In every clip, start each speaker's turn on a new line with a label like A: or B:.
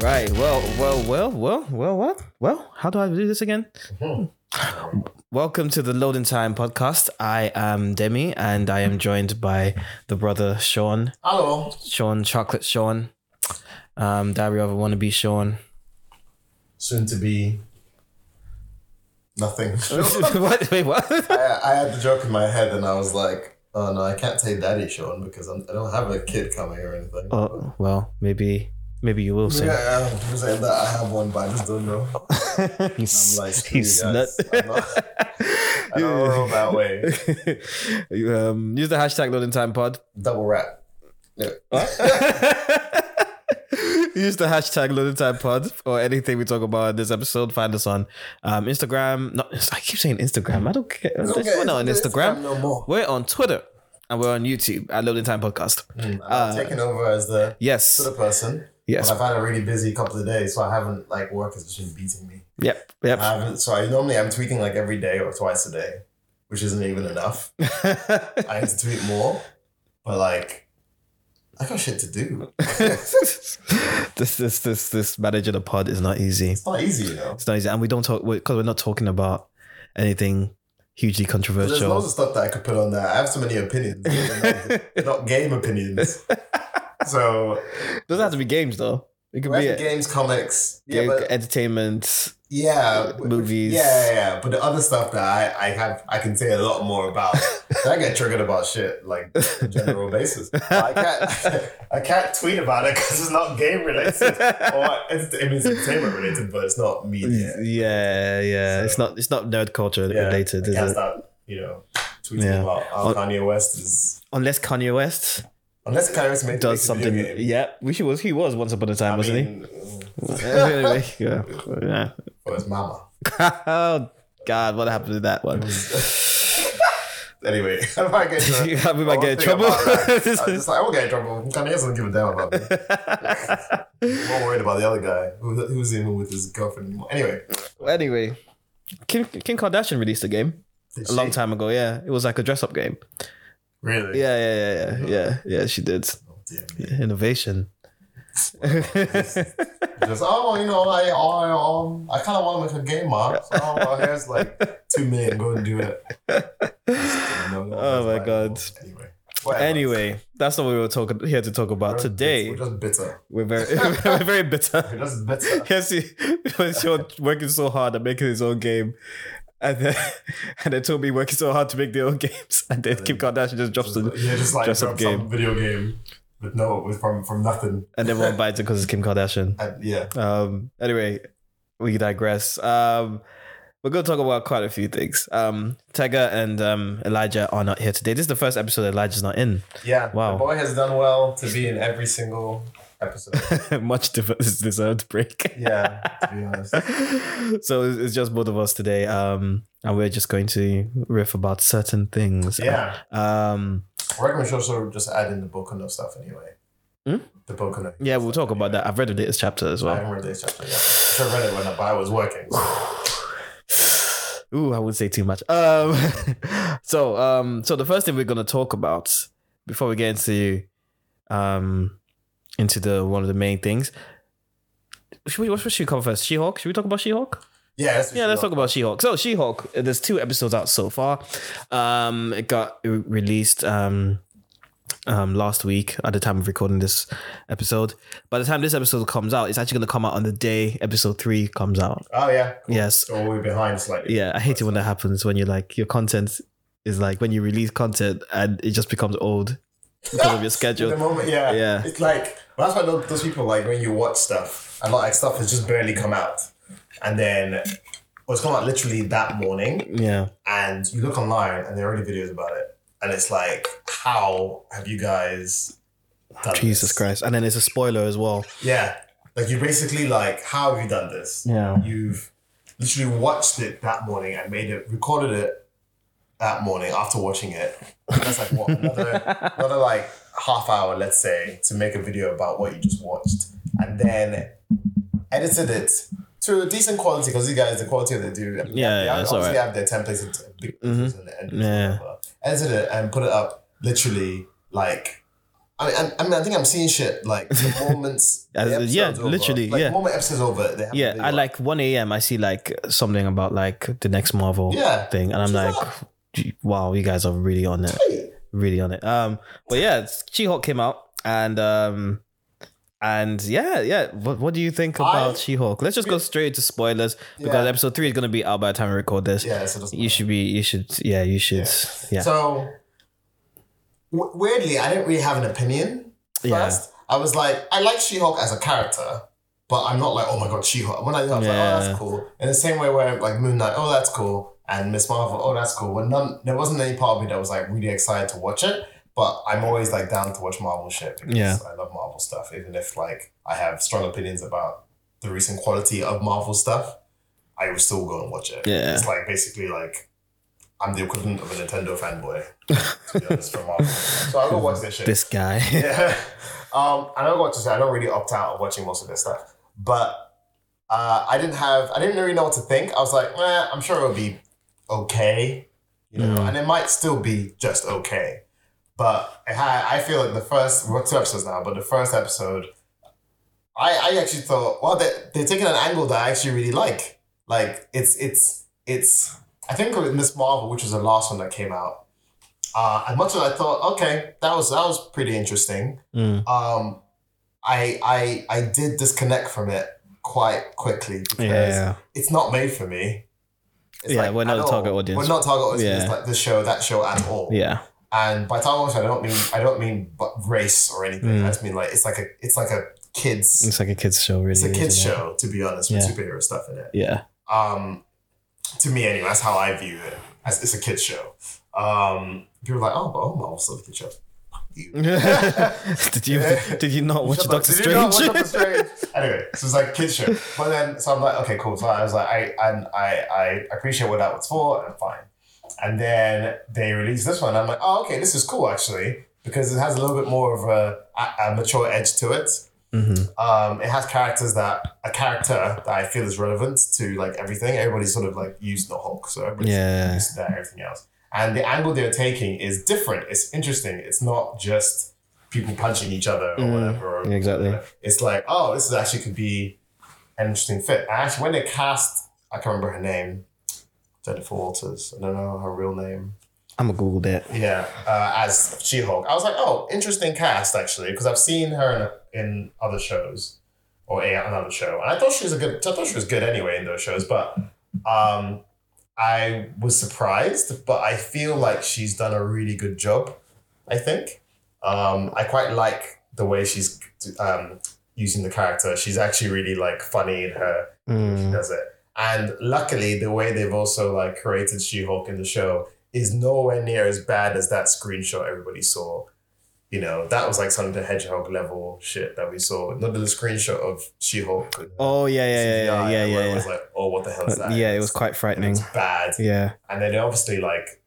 A: Right. Well, well, well, well, well, what? Well, how do I do this again?
B: Hmm.
A: Welcome to the Loading Time podcast. I am Demi and I am joined by the brother Sean,
B: Hello.
A: Sean Chocolate Sean, um, Diary of a Wannabe Sean.
C: soon to be.
B: Nothing.
A: what? Wait, what?
B: I, I had the joke in my head and I was like, oh no, I can't say daddy Sean because I'm, I don't have a kid coming or anything.
A: Oh, well, maybe maybe you will say.
B: yeah, yeah, I'm saying that I have one, but I just don't know. I'm like, screw
A: He's
B: you guys. I'm not, I don't roll that way.
A: um, use the hashtag Loading Time Pod.
B: Double rap. Yeah.
A: Use the hashtag Loaded Time Pod or anything we talk about in this episode. Find us on um, Instagram. Not I keep saying Instagram. I don't care.
B: Okay,
A: we're not on
B: it's- it's
A: Instagram.
B: No more.
A: We're on Twitter and we're on YouTube at Loaded Time Podcast.
B: I'm taking over as the
A: Yes.
B: Twitter person.
A: Uh, Yes.
B: But I've had a really busy couple of days, so I haven't like work has just been beating me.
A: Yep. Yep.
B: I haven't. So I normally I'm tweeting like every day or twice a day, which isn't even enough. I need to tweet more, but like, I got shit to do.
A: this this this this managing a pod is not easy.
B: It's not easy, you know.
A: It's not easy, and we don't talk because we're not talking about anything hugely
B: There's
A: controversial.
B: loads of stuff that I could put on there. I have so many opinions, They're not- they're not game opinions. So
A: doesn't have to be games though. It could
B: we
A: be
B: have
A: a-
B: games, comics, yeah,
A: game,
B: but,
A: entertainment.
B: yeah, but-
A: movies.
B: yeah, yeah, yeah. But the other stuff that I, I have, I can say a lot more about. I get triggered about shit like on a general basis. But I can't, I can't tweet about it because it's not game related. or it's, I mean, it's entertainment related, but it's not media.
A: Yeah, yeah.
B: So-
A: it's not it's not nerd culture
B: Yeah,
A: related,
B: I
A: is
B: can't
A: it?
B: start, you know, tweeting
A: Yeah.
B: about how
A: On-
B: Kanye West is
A: Unless Kanye West
B: unless Kanye West made,
A: does
B: makes a video
A: something.
B: game.
A: Yeah, which he was he was once upon a time,
B: I
A: wasn't
B: mean, mm,
A: he? anyway, yeah. yeah.
B: for his mama.
A: oh God, what happened to that one?
B: Anyway, how do I get? to-
A: we might
B: one
A: get in
B: thing
A: trouble.
B: about that, I'm just like, I won't get in trouble. Kanye doesn't give a damn about me. I'm more worried about the other guy who, who's even with his girlfriend anymore. Anyway,
A: anyway, Kim Kim Kardashian released a game
B: did
A: a long
B: she-
A: time ago. Yeah, it was like a dress up game.
B: Really?
A: Yeah, yeah, yeah, yeah, yeah, yeah. She did
B: Oh, dear me.
A: innovation.
B: Just oh, you know, I I um, I kind of want to make a game, mom. So oh, well, here's like two million. Go and do it. No, no,
A: Oh,
B: that's
A: my
B: fine.
A: God.
B: Anyway, whatever.
A: anyway, that's not what we were talking here to talk about today.
B: We're just bitter.
A: We're very we're very bitter.
B: We're just bitter.
A: Yes, he was working so hard at making his own game. And then, and then Toby working so hard to make their own games, and then Kim Kardashian just drops it,
B: yeah, just like
A: dress up
B: from some
A: game.
B: video game with no with from from nothing.
A: and everyone bites it because it's Kim Kardashian.
B: And yeah,
A: Um, anyway, we digress. Um, we're going to talk about quite a few things. Um, Tega and um, Elijah are not here today. This is the first episode Elijah's not in.
B: yeah.
A: Wow.
B: The boy has done well to be in every single episode.
A: Much de- deserved break.
B: yeah, to be honest.
A: so it's it's just both of us today. Um, and we're just going to riff about certain things.
B: Yeah,
A: Um,
B: I reckon we should also just add in the Bokuno stuff anyway.
A: Hmm?
B: The Bokuno.
A: yeah, we'll talk about that. I've read the latest chapter as
B: I
A: well.
B: haven't read this chapter yet. I should have read it when I was working.
A: Ooh, I wouldn't say too much. Um, so, um, so the first thing we're gonna talk about before we get into, um, into the one of the main things. Should we, what should we cover first? She Hulk? Should we talk about She Hulk?
B: Yeah, that's
A: Yeah, let's talk about She-Hulk. So She-Hulk, there's two episodes out so far. Um, it got re- released um, um, last week at the time of recording this episode. By the time this episode comes out, it's actually going to come out on the day episode three comes out.
B: Oh yeah.
A: Yes.
B: So we're behind slightly.
A: Yeah, I hate it when that happens. When you're like your content is like when you release content and it just becomes old because of your
B: At the
A: schedule.
B: moment, yeah.
A: Yeah.
B: It's like well, that's why tho- those people like when you watch stuff, a lot of like, stuff has just barely come out, and then well, it's come out literally that morning,
A: Yeah,
B: and you look online and there are already videos about it, and it's like, how have you guys? Done
A: Jesus
B: this?
A: Christ. And then it's a spoiler as well.
B: Yeah, like you basically like, how have you done this?
A: Yeah.
B: You've literally watched it that morning and made it, recorded it that morning after watching it. That's like what another, another like half hour, let's say, to make a video about what you just watched, and then edited it to a decent quality because these guys, the quality that they do, I mean,
A: Yeah,
B: they
A: yeah, it's
B: obviously
A: alright.
B: have their templates and big
A: Mhm.
B: pictures and, and
A: Yeah.
B: whatever. edited it and put it up literally like I mean, I, I mean, I think I'm seeing shit like the moments. the
A: As- yeah,
B: episode's over.
A: literally,
B: Like,
A: yeah.
B: the moment episode's over. They have a
A: Yeah,
B: video
A: at
B: up.
A: like 1 a.m., I see like something about like the next Marvel
B: Yeah.
A: thing, and I'm
B: Check
A: like, "Gee, wow, you guys are really on it.
B: Hey,
A: Really on it. Um, But yeah, She Hulk came out, and um, and yeah, yeah. What, what do you think about
B: I-
A: She Hulk? Let's just go straight to spoilers because
B: Yeah.
A: episode three is going to be out by the time we record this.
B: Yeah, so it doesn't
A: You
B: matter.
A: should be, you should, yeah, you should, yeah.
B: So w- weirdly, I didn't really have an opinion
A: Yeah.
B: first. I was like, I like She-Hulk as a character, but I'm not like, oh my god, She-Hulk. When I, I was like, oh,
A: Yeah.
B: that's cool. In the same way where like Moon Knight, oh that's cool, and Miss Marvel, oh that's cool. When none, there wasn't any part of me that was like really excited to watch it. But I'm always like down to watch Marvel shit because
A: Yeah.
B: I love Marvel stuff, even if like I have strong opinions about the recent quality of Marvel stuff, I will still go and watch it.
A: Yeah.
B: It's like basically like I'm the equivalent of a Nintendo fanboy, to be honest, from Marvel. So I'll go watch this shit.
A: This guy.
B: yeah. Um, and I'll go watch this. I don't really opt out of watching most of this stuff. But uh, I didn't have, I didn't really know what to think. I was like, eh, I'm sure it'll be okay, you know,
A: Mm.
B: and it might still be just okay. But it had, I feel like the first, we're two episodes now, but the first episode, I, I actually thought, well, they, they're taking an angle that I actually really like. Like, it's, it's, it's, I think with Miss Marvel, which was the last one that came out, uh, as much as I thought, okay, that was, that was pretty interesting
A: Mm.
B: um, I I I did disconnect from it quite quickly because
A: Yeah.
B: it's not made for me.
A: Yeah,
B: like,
A: we're not
B: at
A: the target
B: all.
A: audience.
B: We're not target audience.
A: Yeah.
B: Like the show, that show at all.
A: Yeah.
B: And by target audience, I don't mean I don't mean bu- race or anything.
A: Mm.
B: I just mean like it's like a it's like a kids
A: It's like a kid's show, really.
B: it's a kids
A: isn't it?
B: show to be honest with
A: Yeah.
B: superhero stuff in it.
A: Yeah.
B: Um, to me anyway, that's how I view it. As it's a kids show. Um, people are like, oh, but oh, Marvel's still a kids show. Fuck you.
A: did you did you not watch
B: Shut up.
A: Doctor
B: Did you not
A: Strange?
B: watch Doctor Strange? anyway, so it's like kid show. But then, so I'm like, okay, cool. So I was like, I and I, I appreciate what that was for, and fine. And then they released this one. I'm like, oh, okay, this is cool actually because it has a little bit more of a, a, a mature edge to it.
A: Mhm.
B: Um, it has characters that a character that I feel is relevant to like everything. Everybody's sort of like used the Hulk, so everybody's
A: Yeah.
B: used to that and everything else. And the angle they're taking is different. It's interesting. It's not just people punching each other or
A: Mm,
B: whatever. or-
A: exactly.
B: It's like, oh, this is actually could be an interesting fit. And actually, when they cast, I can't remember her name, Jennifer Walters. I don't know her real name.
A: I'm gonna Google that.
B: Yeah, uh, as She Hulk. I was like, oh, interesting cast actually, because I've seen her in, in other shows or a, another show, and I thought she was a good. I thought she was good anyway in those shows, but um, I was surprised. But I feel like she's done a really good job. I think um, I quite like the way she's um, using the character. She's actually really like funny in her
A: Mm.
B: does it. And luckily, the way they've also like created She-Hulk in the show is nowhere near as bad as that screenshot everybody saw. You know, that was like some of the Hedgehog level shit that we saw. Not the screenshot of She-Hulk. with
A: Oh yeah, yeah, yeah, yeah,
B: CGI,
A: yeah,
B: where
A: yeah.
B: It was
A: Yeah,
B: like, oh, what the hell is that?
A: But yeah it was quite
B: And
A: frightening.
B: It's bad.
A: Yeah.
B: And then they obviously like,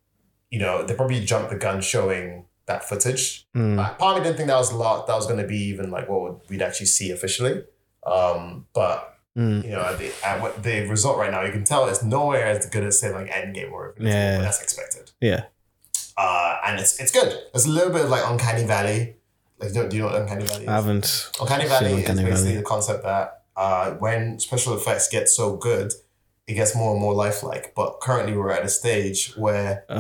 B: you know, they probably jumped the gun showing that footage.
A: Mm.
B: I probably didn't think that was a lot. That was going to be even like what would- we'd actually see officially. Um, but
A: Mm.
B: you know, at the, at what the result right now, you can tell it's nowhere as good as say like Endgame or Infinity War,
A: Yeah.
B: but that's expected.
A: Yeah.
B: Uh, and it's it's good. It's a little bit of like Uncanny Valley. Like, do, do you know what Uncanny Valley is?
A: I haven't.
B: Uncanny
A: seen
B: Valley
A: Uncanny
B: is basically
A: Valley.
B: the concept that uh, when special effects get so good, it gets more and more lifelike. But currently, we're at a stage where your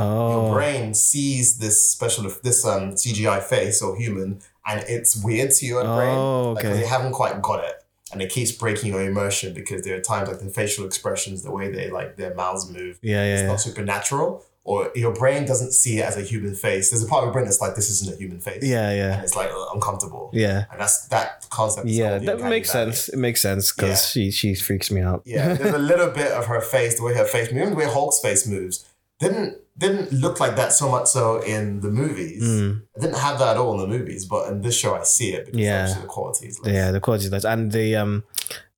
A: Oh.
B: brain sees this special eff- this um CGI face or human, and it's weird to your brain.
A: Oh,
B: Like, 'cause they
A: okay.
B: haven't quite got it. And it keeps breaking your immersion because there are times like the facial expressions, the way they like their mouths move,
A: Yeah,
B: it's
A: yeah, yeah.
B: not supernatural. Or your brain doesn't see it as a human face. There's a part of your brain that's like, this isn't a human face.
A: Yeah,
B: And
A: yeah,
B: it's like uh, uncomfortable.
A: yeah.
B: And that's that concept. is
A: Yeah,
B: called the
A: that
B: uncanny
A: makes
B: valley.
A: sense. It makes sense because she she freaks me out.
B: Yeah, there's a little bit of her face, the way her face moves, the way Hulk's face moves. Didn't didn't look like that so much so in the movies.
A: Mm.
B: I didn't have that at all in the movies, but in this show I see it because
A: Yeah.
B: obviously the quality is less.
A: Yeah, the quality is nice. And the um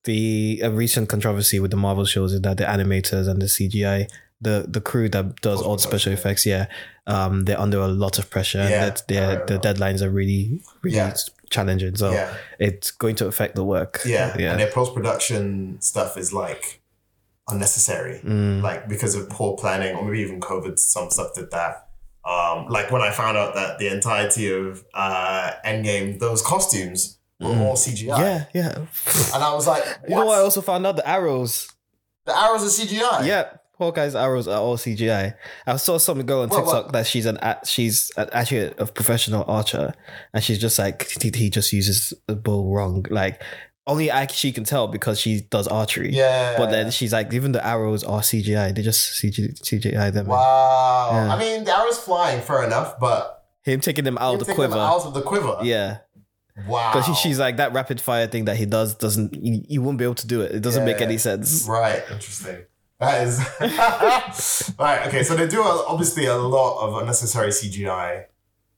A: the a recent controversy with the Marvel shows is that the animators and the CGI the the crew that does all the special effects, yeah, um, they're under a lot of pressure. and
B: Yeah,
A: that their
B: I
A: the deadlines are really really
B: Yeah.
A: challenging. So
B: yeah.
A: it's going to affect the work.
B: Yeah,
A: yeah,
B: and their post production stuff is like unnecessary,
A: Mm,
B: like because of poor planning or maybe even COVID. Some stuff did that. Um, like when I found out that the entirety of uh, Endgame, those costumes were all CGI.
A: Mm. Yeah, yeah.
B: And I was like,
A: You know what? I
B: what?
A: also found out the arrows.
B: The arrows are CGI.
A: Yeah, Hawkeye's arrows are all CGI. I saw some girl on
B: Well,
A: TikTok
B: well-
A: that she's an a- she's a- actually a professional archer, and she's just like he, he just uses the bow wrong. Like only I, she can tell because she does archery.
B: Yeah.
A: But then she's like, even the arrows are CGI. They just CG, CGI them.
B: Wow.
A: Yeah.
B: I mean, the arrows flying, fair enough, but
A: Him taking them out
B: you
A: of the
B: take them
A: quiver.
B: out of the quiver.
A: Yeah,
B: Wow.
A: because she's like that rapid fire thing that he does doesn't you, you won't be able to do it. It doesn't make
B: Yeah.
A: any sense.
B: Right. Interesting. That is right. Okay, so they do a, obviously a lot of unnecessary CGI.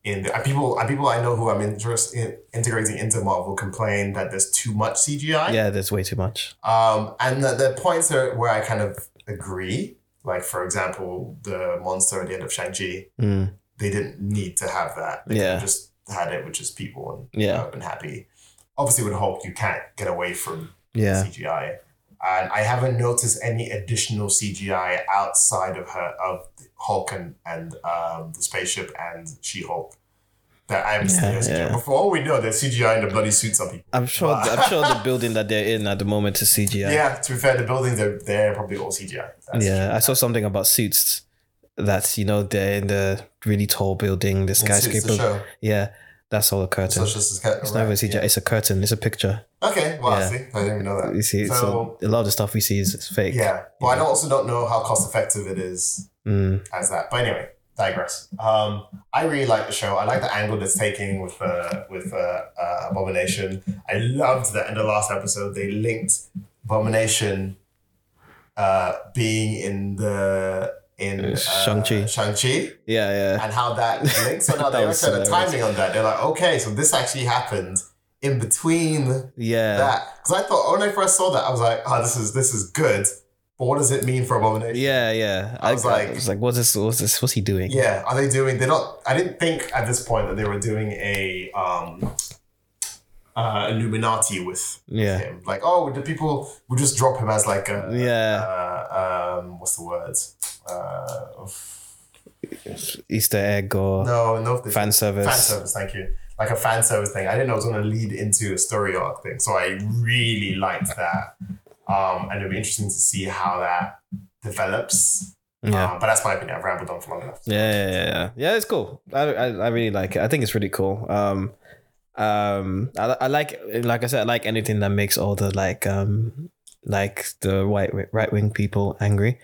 B: In the, and people, and people I know who I'm interest, in, integrating into Marvel complain that there's too much CGI.
A: Yeah, there's way too much.
B: Um, and the, the points are where I kind of agree. Like for example, the monster at the end of Shang Chi,
A: Mm,
B: they didn't need to have that. They
A: Yeah.
B: just had it with just people and
A: yeah,
B: up and happy. Obviously, with Hulk, you can't get away from
A: yeah.
B: CGI. And I haven't noticed any additional CGI outside of her of Hulk and, and um, the spaceship and She Hulk. That I'm
A: Yeah,
B: seeing as CGI.
A: yeah.
B: But for all we know, there's CGI in the bloody suits on people.
A: I'm sure. I'm sure the building that they're in at the moment is CGI.
B: Yeah. to be fair, the buildings are they're probably all CGI. That's
A: yeah,
B: true.
A: I saw something about suits. That's you know they're in the really tall building, the
B: And Suits,
A: skyscraper.
B: the show.
A: yeah, that's all a
B: It's
A: curtain.
B: not just a sky-
A: It's not even
B: right,
A: CGI.
B: yeah.
A: It's a curtain. It's a picture.
B: Okay, well,
A: Yeah.
B: I see. I didn't even know that.
A: You see, so,
B: So-
A: a lot of the stuff we see is, is fake.
B: Yeah. Well, I don't- also don't know how cost effective it is
A: Mm,
B: as that. But anyway, digress. Um, I really like the show. I like the angle that's taking with uh, with uh, uh, Abomination. I loved that in the last episode they linked Abomination uh, being in the in
A: Uh, Shang-Chi.
B: Shang Chi,
A: yeah, yeah.
B: and how that links. So now
A: That
B: they
A: was
B: looked at the
A: hilarious.
B: timing on that. They're like, okay, so this actually happened in between
A: Yeah.
B: that because I thought when I first saw that I was like, oh, this is this is good. But what does it mean for Abomination?
A: Yeah, yeah.
B: I was like-
A: was like, what's this? What's this? What's he doing?
B: Yeah, are they doing? They're not. I didn't think at this point that they were doing a um, uh, Illuminati with
A: yeah,
B: him. Like, oh, the people would just drop him as like a
A: yeah.
B: Uh, um, what's the word? Uh,
A: Easter egg or
B: no, no fan
A: fan service.
B: service. Thank you. Like a fan service thing. I didn't know it was going to lead into a story arc thing. So I really liked that, um, and it'll be interesting to see how that develops.
A: Yeah.
B: Um, but that's my opinion. I've rambled on for long enough.
A: Yeah, yeah, yeah, yeah. Yeah, it's cool. I, I, I really like it. I think it's really cool. Um, um, I, I like, like I said, I like anything that makes all the like, um, like the white right wing people angry.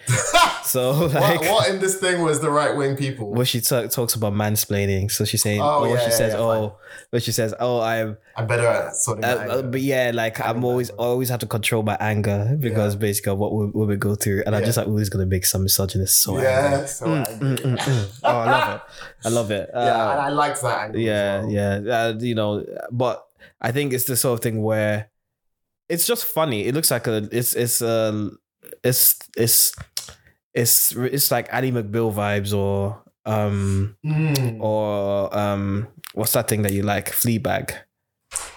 A: So like,
B: What,
A: what,
B: what in this thing was the right wing people?
A: she ta- talks about mansplaining. So she's saying,
B: Oh,
A: oh,
B: yeah,
A: she
B: yeah,
A: says,
B: yeah,
A: oh, but she says, oh, I'm,
B: I'm better at sorting
A: uh,
B: out
A: uh, but yeah, like I'm always, always have to control my anger because basically of what we, what we go through, and I'm
B: Yeah.
A: just like, oh, he's gonna make some misogynist so angry.
B: yeah, so
A: Mm,
B: angry.
A: mm, mm, mm. Oh, I love it. I love it.
B: yeah,
A: Uh,
B: and I liked that. Angle
A: yeah
B: as well.
A: yeah uh, you know but i think it's the sort of thing where it's just funny it looks like a it's it's a it's it's it's it's like ali mcbill vibes or um
B: Mm.
A: or um what's that thing that you like fleabag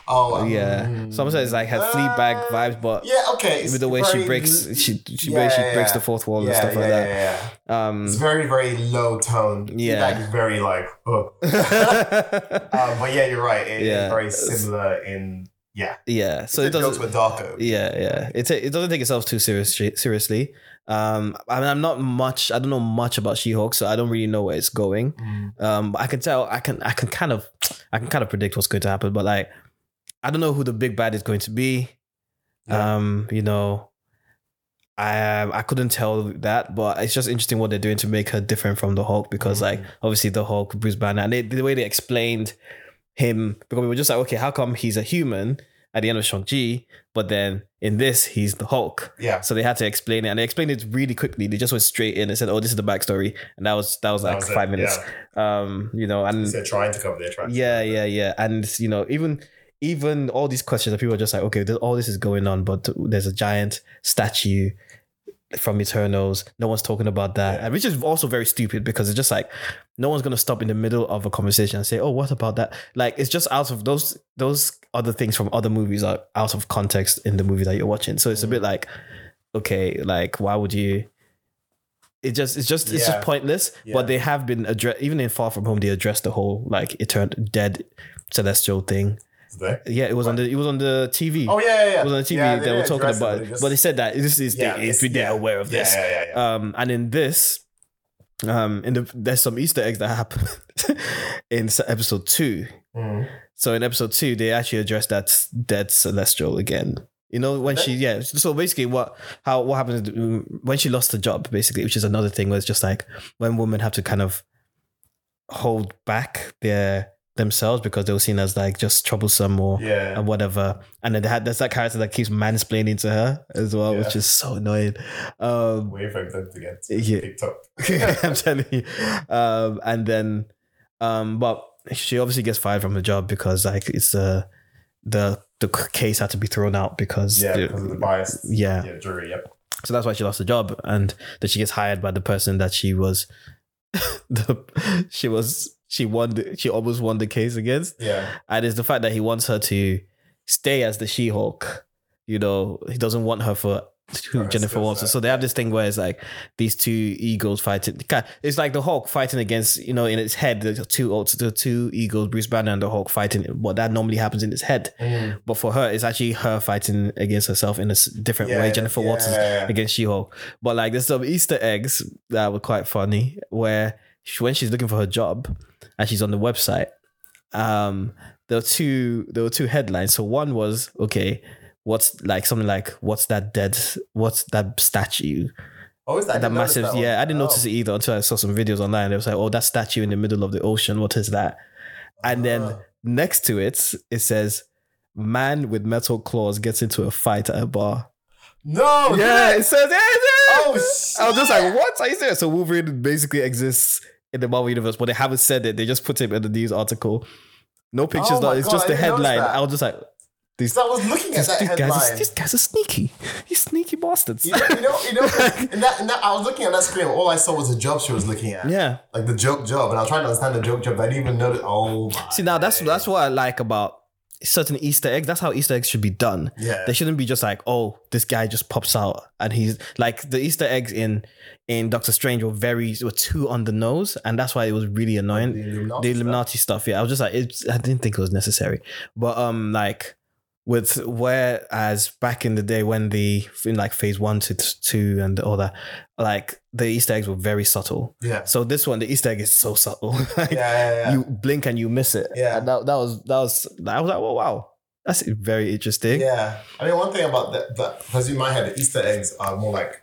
B: Oh uh,
A: yeah some say it's like had fleabag vibes but
B: Yeah, okay. it's
A: with the way
B: very-
A: she breaks she, she
B: yeah,
A: way she
B: yeah,
A: breaks
B: yeah.
A: the fourth wall
B: yeah,
A: and stuff
B: yeah,
A: like
B: yeah,
A: that
B: yeah.
A: um
B: It's very very low tone.
A: Yeah.
B: like it's very like. Oh. Um, but yeah, you're right. It,
A: Yeah.
B: It's very similar in yeah.
A: yeah so
B: the
A: it doesn't
B: jokes were darker.
A: Yeah, yeah. It ta- it doesn't take itself too seriously. Seriously. Um, I mean, I'm not much. I don't know much about She-Hulk, so I don't really know where it's going.
B: Mm.
A: Um, but I can tell. I can. I can kind of. I can kind of predict what's going to happen, but like, I don't know who the big bad is going to be.
B: Yeah.
A: Um, you know, I I couldn't tell that, but it's just interesting what they're doing to make her different from the Hulk because, like,
B: Mm-hmm. Mm.
A: obviously the Hulk, Bruce Banner, and they, the way they explained him because we were just like, okay, how come he's a human at the end of Shang Chi, but then in this he's the Hulk.
B: Yeah.
A: So they had to explain it, and they explained it really quickly. They just went straight in and said, "Oh, this is the backstory," and that was that was
B: That
A: like
B: was it,
A: five minutes. Um, you know, and
B: Yeah. They're trying to cover their tracks.
A: yeah, yeah, yeah. And you know, even even all these questions that people are just like, okay, th- all this is going on, but there's a giant statue from Eternals. No one's talking about that,
B: Yeah.
A: and which is also very stupid because it's just like no one's gonna stop in the middle of a conversation and say, oh, what about that? Like it's just out of those those other things from other movies are out of
B: Mm.
A: context in the movie that you're watching. So it's a bit like, okay, like why would you? it just it's just it's
B: Yeah.
A: just pointless.
B: Yeah.
A: But they have been addressed even in Far From Home. They addressed the whole like eternal dead celestial thing.
B: Today?
A: Yeah, it was on the it was on the TV.
B: Oh yeah, yeah, yeah.
A: It was on the TV.
B: Yeah,
A: they, were
B: didn't
A: talking
B: address
A: about,
B: they
A: it,
B: just-
A: but they said that this is
B: Yeah,
A: they,
B: it's-
A: they're
B: yeah.
A: aware of
B: yeah,
A: this.
B: yeah, yeah, yeah.
A: Um, and in this, um, in the there's some Easter eggs that happen in s- episode two.
B: Mm.
A: So in episode two, they actually address that dead celestial again. You know when she yeah. So basically, what how what happened is, um, when she lost the job, basically, which is another thing where it's just like when women have to kind of hold back their themselves because they were seen as like just troublesome or
B: Yeah.
A: and whatever. And then they had, there's that character that keeps mansplaining to her as well, which
B: Yeah.
A: is so annoying. Um,
B: Wait for them to get to
A: Yeah.
B: TikTok.
A: I'm telling you. Um, and then, um, but she obviously gets fired from her job because like it's uh, the the case had to be thrown out because
B: Yeah,
A: the-
B: because of the bias.
A: yeah.
B: Yeah, jury. Yep.
A: So that's why she lost the job, and that she gets hired by the person that she was, the she was she won the, she almost won the case against
B: Yeah.
A: and it's the fact that he wants her to stay as the She-Hulk. You know, he doesn't want her for who
B: Her
A: Jennifer
B: skill
A: wants. her.
B: set.
A: So they have this thing where it's like these two egos fighting. Ki- It's like the Hulk fighting against you know in its head the two old- the two egos, Bruce Banner and the Hulk fighting. What that normally happens in its head,
B: Mm.
A: but for her, it's actually her fighting against herself in a s- different
B: Yeah,
A: way. Jennifer
B: yeah, Oh,
A: Walters
B: yeah.
A: against She-Hulk. But like there's some Easter eggs that were quite funny where she, when she's looking for her job and she's on the website, um, there were two there were two headlines. So one was okay, what's like something like what's that dead what's that statue
B: Oh, is that Oh.
A: that Oh. massive yeah I didn't notice it either until I saw some videos online. It was like oh that statue in the middle of the ocean what is that? And then
B: Ah.
A: next to it it says man with metal claws gets into a fight at a bar.
B: No.
A: Yeah, it says yeah, yeah.
B: Oh,
A: I was just like, what are you saying? So Wolverine basically exists in the Marvel universe, but they haven't said it. They just put him in the news article. No pictures,
B: Oh
A: no,
B: my
A: it's
B: God,
A: just
B: I
A: the
B: didn't notice
A: headline.
B: that.
A: I was just like, these,
B: Because I was looking at
A: these,
B: that
A: these
B: headline.
A: guys, are, these guys are sneaky. These sneaky bastards.
B: you know, you know, you know in that, in that, I was looking at that screen. All I saw was the job she was looking at.
A: yeah.
B: Like the joke job, and I was trying to understand the joke job. But I didn't even know. That, oh, my
A: See, now that's
B: days.
A: that's what I like about certain Easter eggs. That's how Easter eggs should be done.
B: Yeah.
A: They shouldn't be just like, oh, this guy just pops out and he's like the Easter eggs in in Doctor Strange were very were too on the nose, and that's why it was really annoying.
B: The Illuminati
A: the Illuminati stuff. Yeah, I was just like, it's, I didn't think it was necessary, but um, like with whereas back in the day when the in like phase one to two and all that, like the Easter eggs were very subtle.
B: Yeah.
A: So this one, the Easter egg is so subtle. like,
B: Yeah, yeah, yeah.
A: You blink and you miss it.
B: Yeah.
A: and that, that was that was I was like, well, wow, that's very interesting.
B: Yeah, I mean, one thing about that, that because in my head, the Easter eggs are more like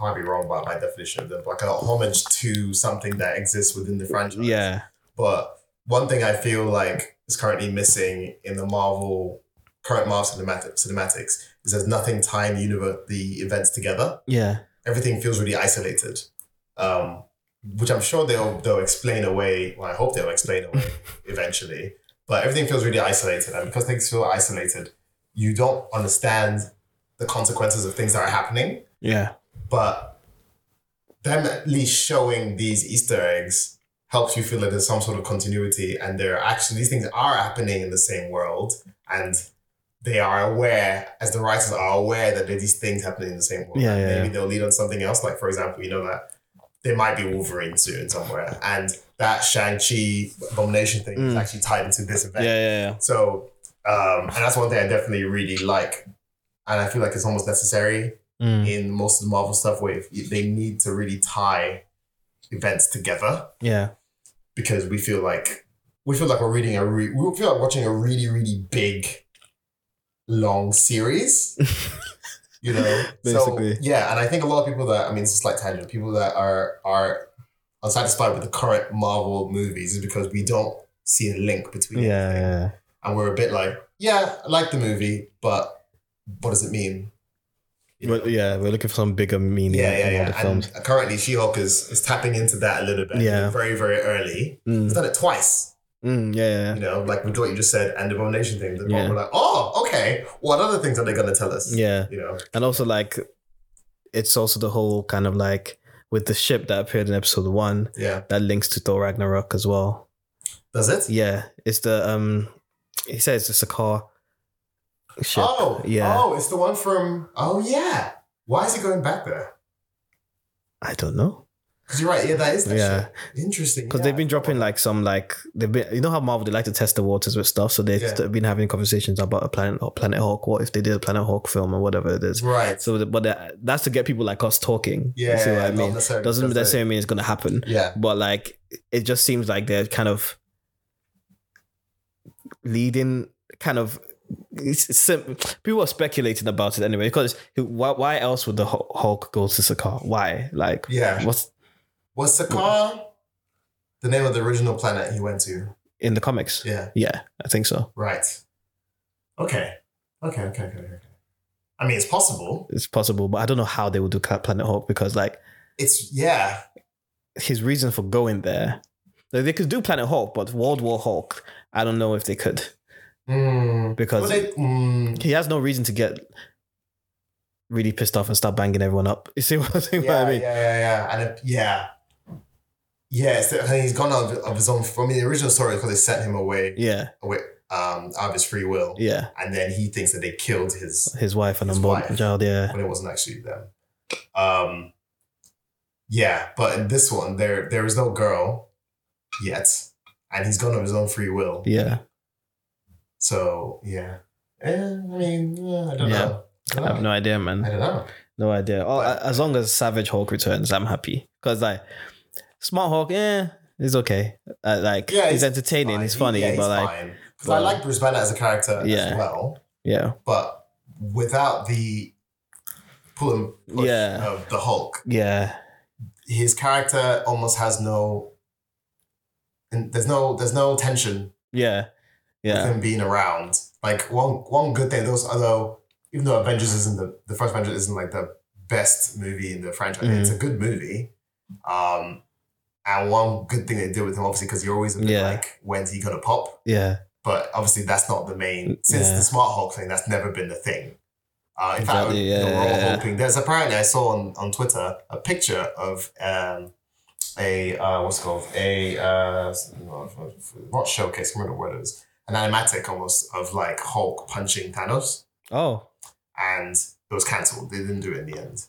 B: I might be wrong about my definition of them, but like a homage to something that exists within the franchise.
A: Yeah,
B: But one thing I feel like is currently missing in the Marvel current Marvel cinematic, cinematics is there's nothing tying the universe, the events together.
A: yeah,
B: Everything feels really isolated, um, which I'm sure they'll they'll explain away. Well, I hope they'll explain away eventually. But everything feels really isolated, and because things feel isolated, you don't understand the consequences of things that are happening.
A: yeah,
B: But them at least showing these Easter eggs helps you feel that there's some sort of continuity and there are actually these things are happening in the same world and they are aware, as the writers are aware that there are these things happening in the same world.
A: Yeah, yeah,
B: Maybe
A: yeah.
B: they'll lead on something else. Like for example, you know that there might be Wolverine soon somewhere. And that Shang-Chi abomination thing is
A: Mm.
B: actually tied into this
A: yeah,
B: event.
A: yeah,
B: So, um, and that's one thing I definitely really like. And I feel like it's almost necessary
A: yeah. Mm,
B: in most of the Marvel stuff where if you- they need to really tie events together
A: yeah,
B: because we feel like we feel like we're reading a re- we feel like watching a really really big long series you know
A: Basically.
B: so yeah and i think a lot of people that i mean it's a slight tangent people that are are unsatisfied with the current marvel movies is because we don't see a link
A: yeah,
B: between
A: yeah,
B: everything
A: yeah.
B: and we're a bit like, yeah, I like the movie, but what does it mean? You know?
A: Well, yeah, we're looking for some bigger meaning
B: yeah, yeah,
A: in all
B: yeah.
A: the films.
B: And currently, She Hulk is is tapping into that a little bit,
A: Yeah.
B: very, very early.
A: Mm,
B: He's done it twice,
A: mm, yeah, yeah,
B: you know, like with what you just said and the abomination thing. The
A: Yeah.
B: We're like, oh, okay. What other things are they gonna tell us?
A: yeah.
B: you know,
A: And also like it's also the whole kind of like with the ship that appeared in episode one
B: yeah.
A: that links to Thor Ragnarok as well.
B: Does it?
A: Yeah. It's the um he says it's a car ship.
B: Oh,
A: yeah.
B: Oh, it's the one from. Oh yeah. Why is he going back there?
A: I don't know.
B: Because you're right. Yeah, that is that
A: Yeah.
B: shit. Interesting.
A: Because they've been dropping like some like they've been you know how Marvel they like to test the waters with stuff, so they've
B: Yeah.
A: st- been having conversations about a planet or Planet Hawk. What if they did a Planet Hawk film or whatever it is?
B: Right.
A: So, the, but that, that's to get people like us talking.
B: Yeah,
A: you see what I
B: not
A: mean.
B: necessarily
A: Doesn't
B: because they-
A: necessarily mean it's gonna happen.
B: Yeah.
A: But like, it just seems like they're kind of leading, kind of. It's, it's sim- people are speculating about it anyway because why, why else would the Hu- Hulk go to Sakaar? Why? Like,
B: Yeah.
A: what's
B: Was Sakaar the name of the original planet he went to?
A: in the comics?
B: Yeah.
A: yeah I think so.
B: Right. Okay. Okay. Okay. Okay. Okay. I mean, it's possible.
A: it's possible, but I don't know how they would do Ca- Planet Hulk because like
B: It's yeah.
A: his reason for going there, like they could do Planet Hulk, but World War Hulk, I don't know if they could
B: Mm. Well,
A: because
B: they, mm,
A: he has no reason to get really pissed off and start banging everyone up. You see what, see what
B: yeah,
A: I mean?
B: yeah, yeah, yeah, and it, yeah, yeah. It's, and he's gone out of, of his own. I mean, the original story is because they sent him away,
A: Yeah,
B: away, um, out of his free will,
A: yeah.
B: and then he thinks that they killed his
A: His wife and
B: His
A: unborn
B: wife.
A: child. Yeah,
B: when it wasn't actually them. Um, yeah, but in this one, there there is no girl yet, and he's gone of his own free will.
A: yeah.
B: So yeah, Eh, I mean, yeah, I don't
A: Yeah.
B: know.
A: I
B: I
A: have
B: don't
A: no
B: know.
A: idea,
B: I
A: man.
B: don't know.
A: No idea. Oh,
B: But-
A: as long as Savage Hulk returns, I'm happy because like Smart Hulk, yeah, it's okay. Uh, like
B: Yeah,
A: he's
B: it's
A: entertaining, he's funny,
B: yeah,
A: but like
B: because I like Bruce Banner as a character as
A: Yeah.
B: well,
A: yeah,
B: but without the pull and push
A: Yeah.
B: of the Hulk,
A: yeah.
B: his character almost has no. And there's no there's no tension
A: Yeah. Yeah.
B: with him being around. Like one one good thing, those although even though Avengers isn't the the first Avengers isn't like the best movie in the franchise,
A: Mhm.
B: it's a good movie. Um, and one good thing they did with him, obviously, because you're always a bit
A: Yeah.
B: like, when's he gonna pop?
A: Yeah.
B: But obviously, that's not the main. Since
A: Mm, Yeah.
B: the Smart Hulk thing, that's never been the thing. Uh, in fact,
A: Exactly,
B: we- we're all
A: yeah.
B: hoping. There's apparently I saw on, on Twitter a picture of um, a uh, what's it called a uh, not showcase. I can't remember what it was. An animatic almost of like Hulk punching Thanos,
A: Oh.
B: and it was cancelled. They didn't do it in the end,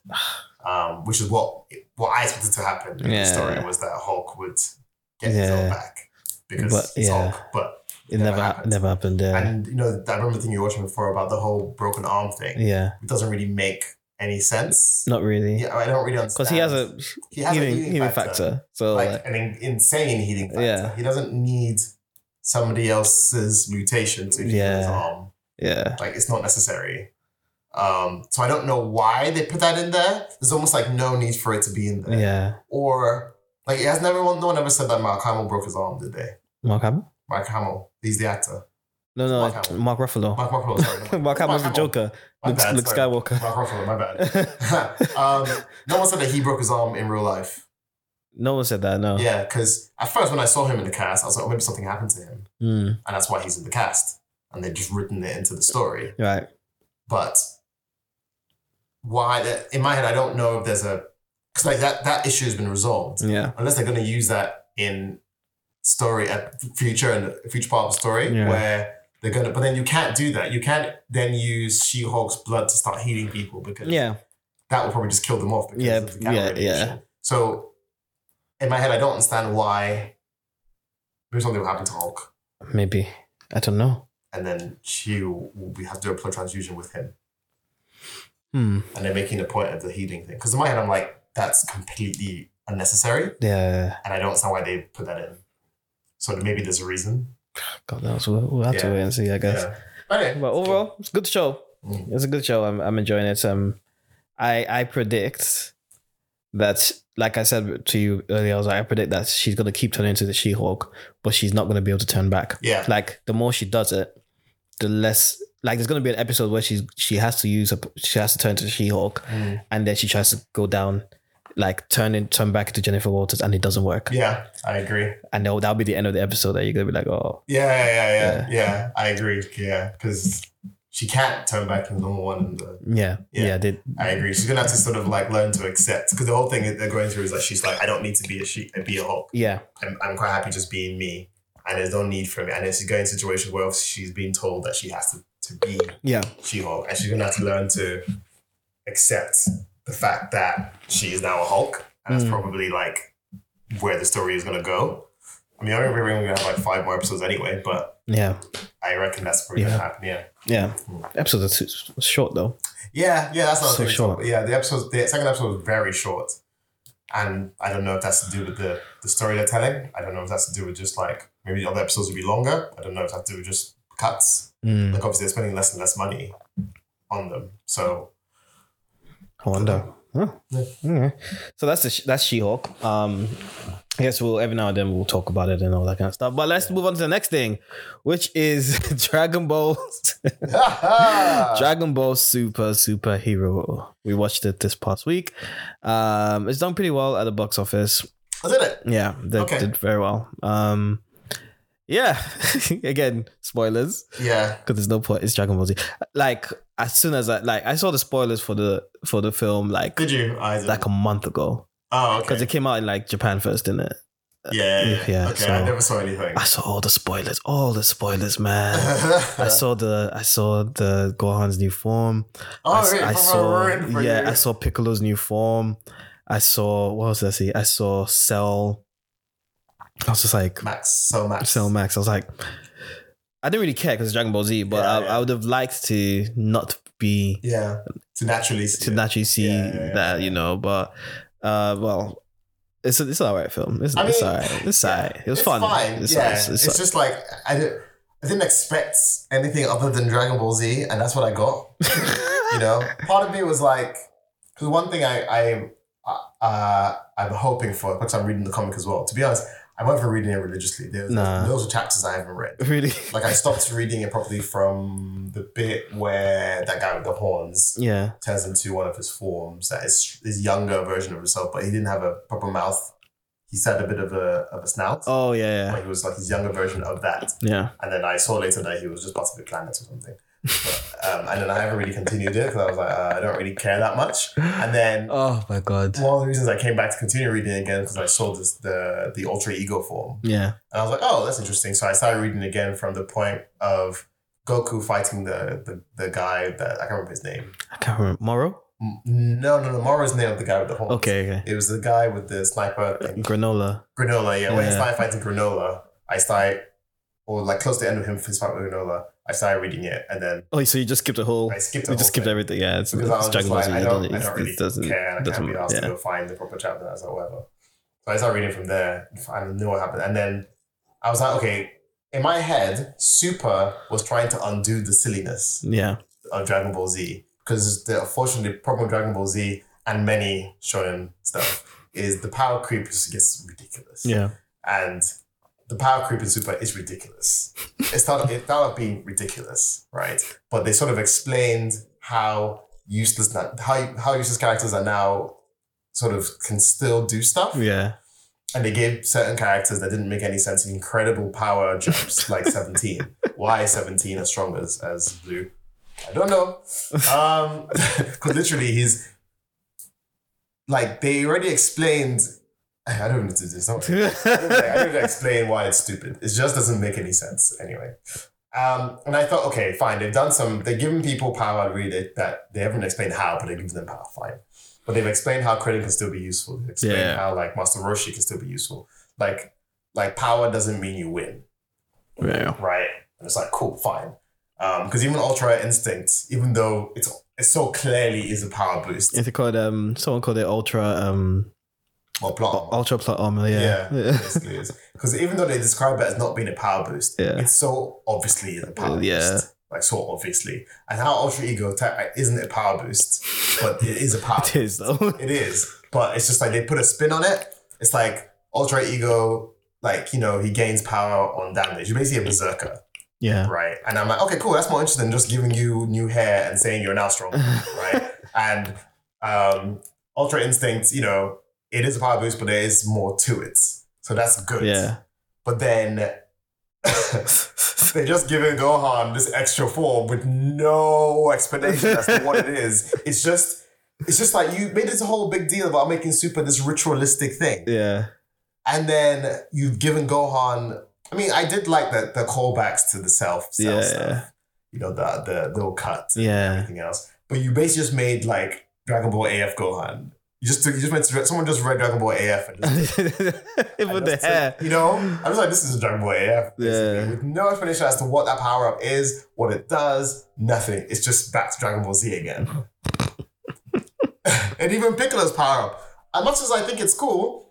B: um, which is what what I expected to happen in
A: Yeah.
B: the story was that Hulk would get his
A: Yeah.
B: own back because
A: But,
B: he's
A: yeah.
B: Hulk, but
A: It
B: Never
A: never hap-
B: happened.
A: never happened. Yeah.
B: and you know, I remember the thing you were watching before about the whole broken arm thing.
A: yeah.
B: It doesn't really make any sense.
A: Not really.
B: Yeah, I don't really understand.
A: Because he has a
B: he has
A: healing,
B: a healing,
A: healing
B: factor,
A: factor. So
B: like,
A: like,
B: an in- insane healing factor.
A: Yeah.
B: He doesn't need somebody else's mutation to heal his
A: Yeah.
B: arm.
A: yeah.
B: Like it's not necessary. Um, so I don't know why they put that in there. There's almost like no need for it to be in there.
A: Yeah.
B: Or like it has never no one ever said that Mark Hamill broke his arm, did they?
A: Mark Hamill?
B: Mark Hamill, he's the actor.
A: No, no,
B: Mark
A: Mark,
B: Hamill.
A: Ruffalo. Mark,
B: Mark, Mark Hamill, sorry. not-
A: Hamill's the
B: Hamill.
A: Joker.
B: My
A: Luke,
B: bad,
A: Luke
B: sorry.
A: Skywalker.
B: Mark Ruffalo, my bad. um, no one said that he broke his arm in real life.
A: no one said that, no.
B: Yeah, because at first when I saw him in the cast, I was like, oh, maybe something happened to him,
A: Mm,
B: and that's why he's in the cast, and they've just written it into the story.
A: right.
B: But why? That, in my head, I don't know if there's a because like that that issue has been resolved
A: Yeah.
B: unless they're going to use that in story at future and future part of the story
A: Yeah.
B: where they're going to. But then you can't do that. You can't then use She-Hulk's blood to start healing people because
A: Yeah.
B: that will probably just kill them off because
A: Yeah,
B: of the gamma
A: yeah,
B: radiation.
A: yeah.
B: So in my head, I don't understand why maybe something will happen to Hulk,
A: Maybe. I don't know.
B: and then she will be, have to do a blood transfusion with him,
A: Hmm.
B: and they're making the point of the healing thing. Because in my head, I'm like, that's completely unnecessary,
A: Yeah.
B: and I don't understand why they put that in. So maybe there's a reason.
A: God knows. We'll, we'll have to
B: Yeah.
A: wait and see, I guess.
B: Yeah. Okay.
A: But overall, it's a good show.
B: Mm.
A: It's a good show. I'm, I'm enjoying it. Um, I I predict that, like I said to you earlier, I was like, I predict that she's gonna keep turning into the She-Hulk, but she's not gonna be able to turn back.
B: Yeah.
A: Like the more she does it, the less like there's gonna be an episode where she's she has to use a she has to turn into She-Hulk,
B: Mm.
A: and then she tries to go down. Like turn in, turn back to Jennifer Walters, and it doesn't work.
B: Yeah, I agree.
A: And that'll, that'll be the end of the episode. That you're gonna be like, oh,
B: Yeah, yeah, yeah, yeah. yeah I agree. Yeah, because she can't turn back into number one in the
A: yeah,
B: Yeah.
A: yeah, they,
B: I agree. She's gonna have to sort of like learn to accept because the whole thing that they're going through is like she's like, I don't need to be a she, be a Hulk.
A: yeah,
B: I'm, I'm quite happy just being me, and there's no need for me. And then she's going in situations where obviously she's being told that she has to to be
A: yeah,
B: She Hulk, and she's gonna have to learn to accept the fact that she is now a Hulk and that's probably like where the story is gonna go. I mean, I don't think we're gonna have like five more episodes anyway, but
A: Yeah.
B: I reckon that's probably
A: Yeah.
B: gonna happen. Yeah,
A: Yeah. Episode is too- was short though.
B: yeah, yeah. That's not
A: So short.
B: Yeah, the episode, the second episode was very short, and I don't know if that's to do with the the story they're telling. I don't know if that's to do with just like maybe the other episodes would be longer. I don't know if that's to do with just cuts.
A: Mm,
B: Like obviously they're spending less and less money on them, so
A: I wonder. Huh.
B: Yeah.
A: Okay. So that's the, that's She-Hulk. Um, I guess we'll every now and then we'll talk about it and all that kind of stuff. But let's move on to the next thing, which is Dragon Ball Dragon Ball Super Superhero. We watched it this past week. Um, it's done pretty well at the box office.
B: I did it.
A: Yeah, that
B: Okay.
A: did very well. Um, yeah, again, spoilers
B: Yeah,
A: because there's no point. It's Dragon Ball Z. Like as soon as I like, I saw the spoilers for the for the film like
B: did you? I did.
A: like a month ago
B: oh, okay.
A: because it came out in like Japan first, didn't it?
B: Yeah, yeah.
A: Yeah,
B: okay,
A: so-
B: I never saw anything.
A: I saw all the spoilers, all the spoilers, man. I
B: oh,
A: saw the I saw the Gohan's new form. I, s-
B: Oh, right,
A: I
B: right,
A: saw
B: right, right,
A: yeah, I
B: right.
A: saw Piccolo's new form. I saw what else did I see? I saw Cell. I was just like
B: Max, so Max.
A: Cell Max. I was like, I didn't really care because it's Dragon Ball Z, but
B: Yeah,
A: I,
B: yeah.
A: I would have liked to not be
B: Yeah, to naturally see.
A: to
B: it.
A: naturally see
B: Yeah, yeah, yeah,
A: that, you know. But uh, well, it's it's all right film. It's,
B: I
A: it's
B: mean,
A: all right. It's all right. It was
B: it's
A: fun.
B: Fine.
A: It's,
B: yeah,
A: it's-
B: it's,
A: it's-
B: just like I didn't, I didn't expect anything other than Dragon Ball Z, and that's what I got. you know, part of me was like, because one thing I I uh, I'm hoping for because I'm reading the comic as well. To be honest, I'm not even reading it religiously. There's
A: Nah.
B: loads of chapters I haven't read.
A: really.
B: Like I stopped reading it properly from the bit where that guy with the horns
A: Yeah,
B: turns into one of his forms that is his younger version of himself, but he didn't have a proper mouth. He had a bit of a of a snout.
A: Oh yeah,
B: But he was like his younger version of that.
A: yeah, yeah.
B: And then I saw later that he was just part of the planet or something. But, um, and then I haven't really continued it because I was like, uh, I don't really care that much. And then
A: Oh my god.
B: one of the reasons I came back to continue reading again because I saw this the the alter ego form.
A: Yeah.
B: And I was like, oh, that's interesting. So I started reading again from the point of Goku fighting the the, the guy that I can't remember his name.
A: I can't remember. Morrow?
B: M- No, no, no. Mara's name of the guy with the horn.
A: Okay,
B: It was the guy with the sniper
A: okay.
B: thing.
A: Granola.
B: Granola, yeah. When he
A: Yeah.
B: started fighting Granola, I started, or like close to the end of him, his fight with Granola, I started reading it and then
A: Oh, so you just skipped a whole.
B: I skipped it.
A: We just skipped everything. Yeah, it's,
B: Because I
A: it's
B: was just
A: Dragon Ball
B: like,
A: Z.
B: I
A: you
B: don't,
A: don't-
B: I don't
A: it-
B: really
A: it doesn't.
B: care. and I can't
A: doesn't-
B: be asked to
A: yeah.
B: go find the proper chapter. And I was like, whatever. So I started reading from there. I knew what happened. And then I was like, okay, in my head, Super was trying to undo the silliness
A: Yeah,
B: of Dragon Ball Z because the unfortunately problem with Dragon Ball Z and many shonen stuff is the power creep just gets ridiculous.
A: yeah,
B: And the power creep in Super is ridiculous. It started it started being ridiculous, right? But they sort of explained how useless that how how useless characters are now sort of can still do stuff
A: yeah.
B: and they gave certain characters that didn't make any sense incredible power jumps like 17 why 17 as strong as as blue i don't know um because literally he's like they already explained i don't need to do this don't worry. Like, I don't need to explain why it's stupid. It just doesn't make any sense anyway. Um, and I thought, okay, fine. They've done some. They've given people power. Really, that- that they haven't explained how, but they've given them power. Fine. But they've explained how credit can still be useful. They've explained
A: Yeah.
B: how like Master Roshi can still be useful. Like, like power doesn't mean you win,
A: yeah.
B: right? And it's like, cool, fine. Because even Ultra Instinct, even though it's it so clearly is a power boost
A: It's called um. Someone called it Ultra um.
B: or plot.
A: u- Ultra Plot Armor. Yeah.
B: Yeah, basically is. Because even though they describe it as not being a power boost,
A: Yeah.
B: it's so obviously a power
A: Yeah.
B: boost. Like so obviously. And how Ultra Ego Attack isn't a power boost, but it is a power
A: it is though.
B: it is. But it's just like they put a spin on it. It's like Ultra Ego, like, you know, he gains power on damage. You're basically a berserker,
A: yeah.
B: right? And I'm like, okay, cool, that's more interesting than just giving you new hair and saying you're now strong right? and um, Ultra Instinct, you know, it is a power boost, but there is more to it. So that's good.
A: yeah.
B: But then they just given Gohan this extra form with no explanation as to what it is. It's just it's just like you made this whole big deal about making Super this ritualistic thing.
A: Yeah.
B: And then you've given Gohan I mean, I did like the, the callbacks to the self, self
A: Yeah.
B: stuff. You know, the the little cut
A: Yeah.
B: everything else. But you basically just made like Dragon Ball AF Gohan You just took, you just went to someone just read Dragon Ball AF and just,
A: With the
B: just took-
A: hair.
B: you know, I'm just like this is a Dragon Ball AF basically,
A: Yeah.
B: with no explanation as to what that power up is, what it does, nothing. It's just back to Dragon Ball Z again. and even Piccolo's power up, as much as I think it's cool,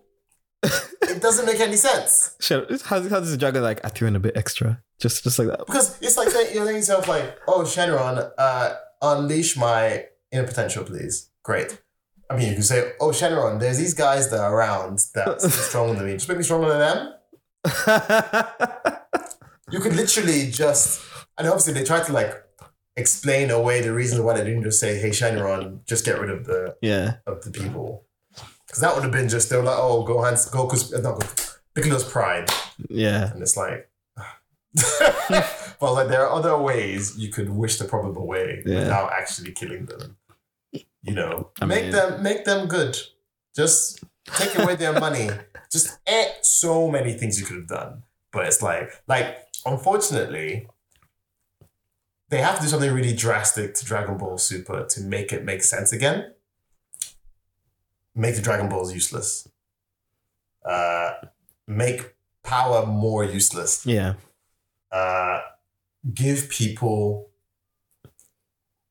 B: it doesn't make any sense.
A: Shut up. How, how does the dragon like? I threw in a bit extra, just just like that.
B: Because it's like saying, you're thinking to yourself, like, oh, Shenron, uh, unleash my inner potential, please. Great. I mean, you can say, oh, Shenron, there's these guys that are around that are stronger than me. Just make me stronger than them. You could literally just, and obviously they tried to like explain away the reason why they didn't just say, hey, Shenron, just get rid of the
A: yeah,
B: of the people. Because that would have been just, they were like, oh, Gohan's, Goku's, uh, not Goku, Piccolo's pride.
A: yeah.
B: And it's like, but like there are other ways you could wish the probable way
A: Yeah.
B: without actually killing them. You know,
A: I
B: make
A: mean-
B: them make them good. Just take away their money. Just eh, so many things you could have done, but it's like like unfortunately. They have to do something really drastic to Dragon Ball Super to make it make sense again. Make the Dragon Balls useless. Uh, make power more useless
A: Yeah,
B: uh, give people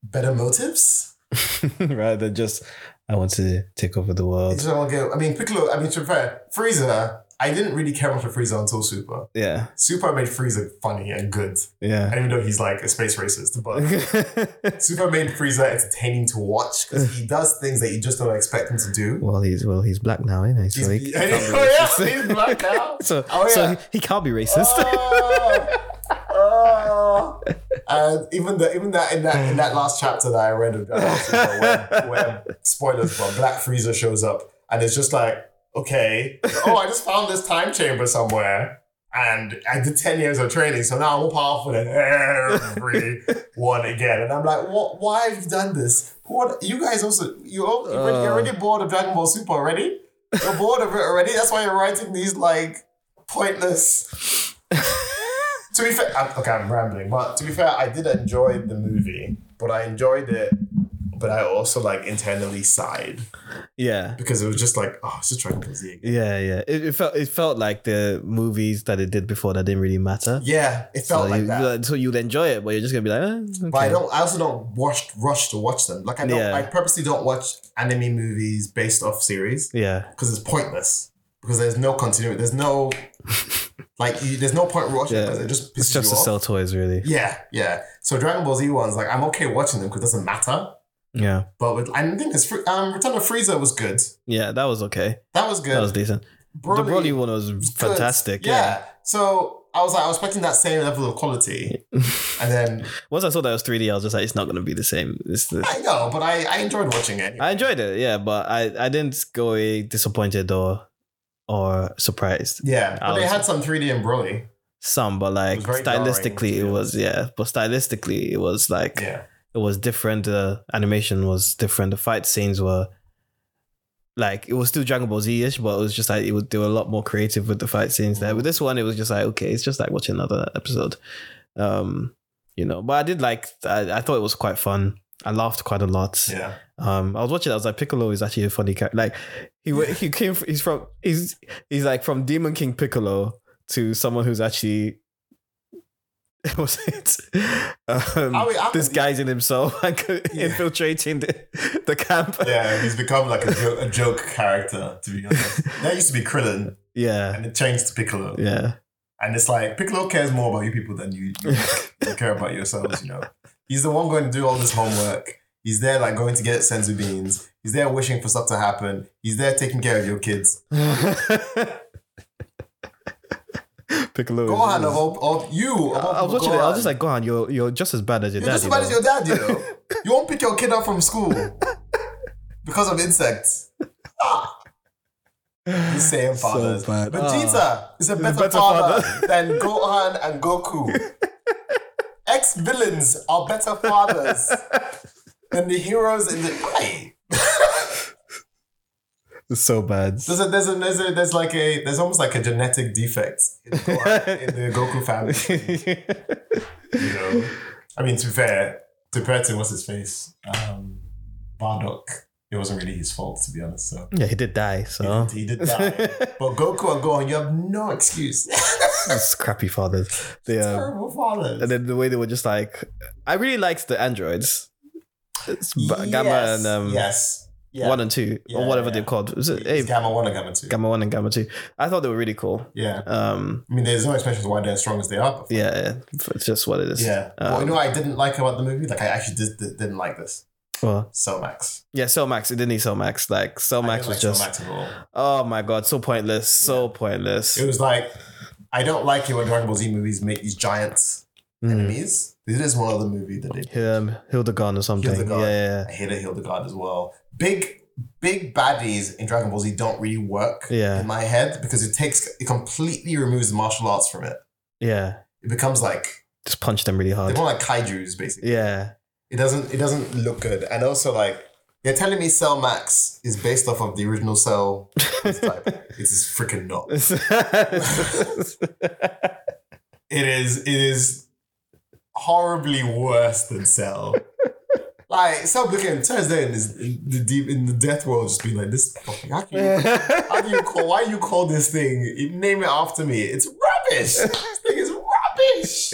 B: better motives.
A: rather than just I want to take over the
B: I
A: world.
B: just want to go. I mean, Piccolo. I mean, to be fair, Frieza. I didn't really care much for Frieza until Super.
A: Yeah,
B: Super made Frieza funny and good,
A: yeah.
B: and even though he's like a space racist, but Super made Frieza entertaining to watch because he does things that you just don't expect him to do.
A: well, he's well, he's black now, isn't he?
B: He's,
A: So he can't be
B: oh yeah,
A: racist.
B: he's black now.
A: So,
B: Oh,
A: so
B: yeah.
A: he, he can't be racist.
B: Oh, oh. And even the even that in that in that last chapter that I read of that where, where spoilers, but Black Freezer shows up and it's just like, okay, oh, I just found this time chamber somewhere. And I did 10 years of training, so now I'm more powerful than everyone again. And I'm like, what? Why have you done this? What? You guys also, you, al- you're already- you're already bored of Dragon Ball Super already? You're bored of it already? That's why you're writing these, like, pointless. Oh. to be fair, I'm, okay, I'm rambling, but to be fair, I did enjoy the movie, but I enjoyed it, but I also like internally sighed
A: yeah.
B: because it was just like, oh, it's just Dragon Ball Z again.
A: Yeah, yeah. It, it felt it felt like the movies that it did before that didn't really matter.
B: Yeah, it felt
A: so
B: like
A: you,
B: that.
A: so you'll enjoy it, but you're just gonna be like, eh,
B: But I
A: okay.
B: don't. I also don't watch, rush to watch them. Like I don't.
A: Yeah.
B: I purposely don't watch anime movies based off series
A: yeah,
B: because it's pointless. Because there's no continuity. There's no like. You, there's no point watching
A: Yeah.
B: because it just pisses
A: it's just
B: you
A: to
B: off.
A: sell toys, really.
B: Yeah, yeah. So Dragon Ball Z ones, like I'm okay watching them because it doesn't matter.
A: Yeah,
B: But with, I think it's Fr- um, Return of Frieza was good.
A: yeah. That was okay.
B: That was good.
A: That was decent. the Broly one was
B: good.
A: fantastic. Yeah.
B: So I was like, I was expecting that same level of quality, and then
A: Once I saw that it was 3D, I was just like, it's not gonna be the same. It's the-
B: I know, but I, I enjoyed watching it.
A: I enjoyed it, yeah, but I I didn't go away disappointed or or surprised.
B: yeah, but
A: I
B: they
A: was-
B: had some 3D and Broly.
A: Some, but like
B: was very
A: stylistically,
B: jarring,
A: it
B: yeah.
A: was yeah. But stylistically, it was like
B: Yeah,
A: it was different. The animation was different. The fight scenes were like it was still Dragon Ball Z ish, but it was just like it was, they were a lot more creative with the fight scenes there. With this one, it was just like okay, it's just like watching another episode, um, you know. But I did like I, I thought it was quite fun. I laughed quite a lot.
B: yeah.
A: Um, I was watching. I was like, Piccolo is actually a funny character. Like, he wa- he came. fr- He's from. He's he's like from Demon King Piccolo to someone who's actually. What's it? Um,
B: Are we- are we-
A: disguising himself and co- infiltrating the, the camp.
B: Yeah, he's become like a, jo- a joke character, to be honest. That used to be Krillin,
A: Yeah.
B: and it changed to Piccolo.
A: Yeah.
B: And it's like, Piccolo cares more about you people than you, you, you care about yourselves, you know? He's the one going to do all this homework. He's there, like, going to get senzu beans. He's there wishing for stuff to happen. He's there taking care of your kids.
A: Piccolo.
B: Gohan,
A: is,
B: of all, of you. Of all
A: Oh, I was
B: people,
A: watching it. I
B: Gohan.
A: was just like, Gohan, you're you're just as bad as your
B: You're
A: dad.
B: just
A: you
B: as bad
A: know?
B: as your dad, you know. you won't pick your kid up from school because of insects. Ah. The same
A: So
B: fathers.
A: bad. Ah.
B: Vegeta is a better,
A: better
B: father,
A: father.
B: than Gohan and Goku. Ex villains are better fathers than the heroes in the. Why?
A: so bad.
B: There's a, there's a, there's a, there's like a, there's almost like a genetic defect in, Gohan, in the Goku family. You know, I mean, to be fair, compared to what's his face, um, Bardock, it it wasn't really his fault to be honest. So
A: Yeah, he did die, so
B: he did that. but Goku and Gohan, you have no excuse.
A: it's crappy fathers. They, um,
B: Terrible fathers.
A: and then the way they were just like, I really liked the androids. It's ba- Gamma
B: Yes,
A: and um,
B: yes, yeah.
A: one and two
B: Yeah,
A: or whatever
B: yeah.
A: they're called. Was it
B: It's
A: hey,
B: Gamma one and Gamma two.
A: Gamma one and Gamma two? I thought they were really cool.
B: yeah,
A: Um,
B: I mean, there's no explanation as to why they're as strong as they are. But
A: yeah, yeah, it's just what it is.
B: yeah.
A: Um,
B: well, you know, what I didn't like about the movie. Like, I actually did, did, didn't like this.
A: well,
B: So Max.
A: yeah, Cellmax. It didn't need Cellmax. Like Cellmax was just,
B: Max at all.
A: oh my god, so pointless, so pointless.
B: It was like, I don't like it when Dragon Ball Z movies make these giant
A: Mm.
B: enemies. This is one other movie that they
A: Um, Hildegard or something.
B: Hildegard.
A: Yeah, yeah,
B: I hated Hildegard as well. Big, big baddies in Dragon Ball Z don't really work
A: Yeah.
B: in my head because it takes, it completely removes the martial arts from it.
A: yeah. yeah.
B: It becomes like,
A: Just punch them really
B: they're
A: hard.
B: more like kaijus basically.
A: Yeah,
B: It doesn't, it doesn't look good. And also like, they're telling me Cell Max is based off of the original Cell type. It is freaking not. It is it is horribly worse than Cell. like Cell became turns there in, this, in the deep in the death world, just being like this. Fucking, how, can you, how do you call? Why you call this thing? You name it after me. It's rubbish. this thing is rubbish.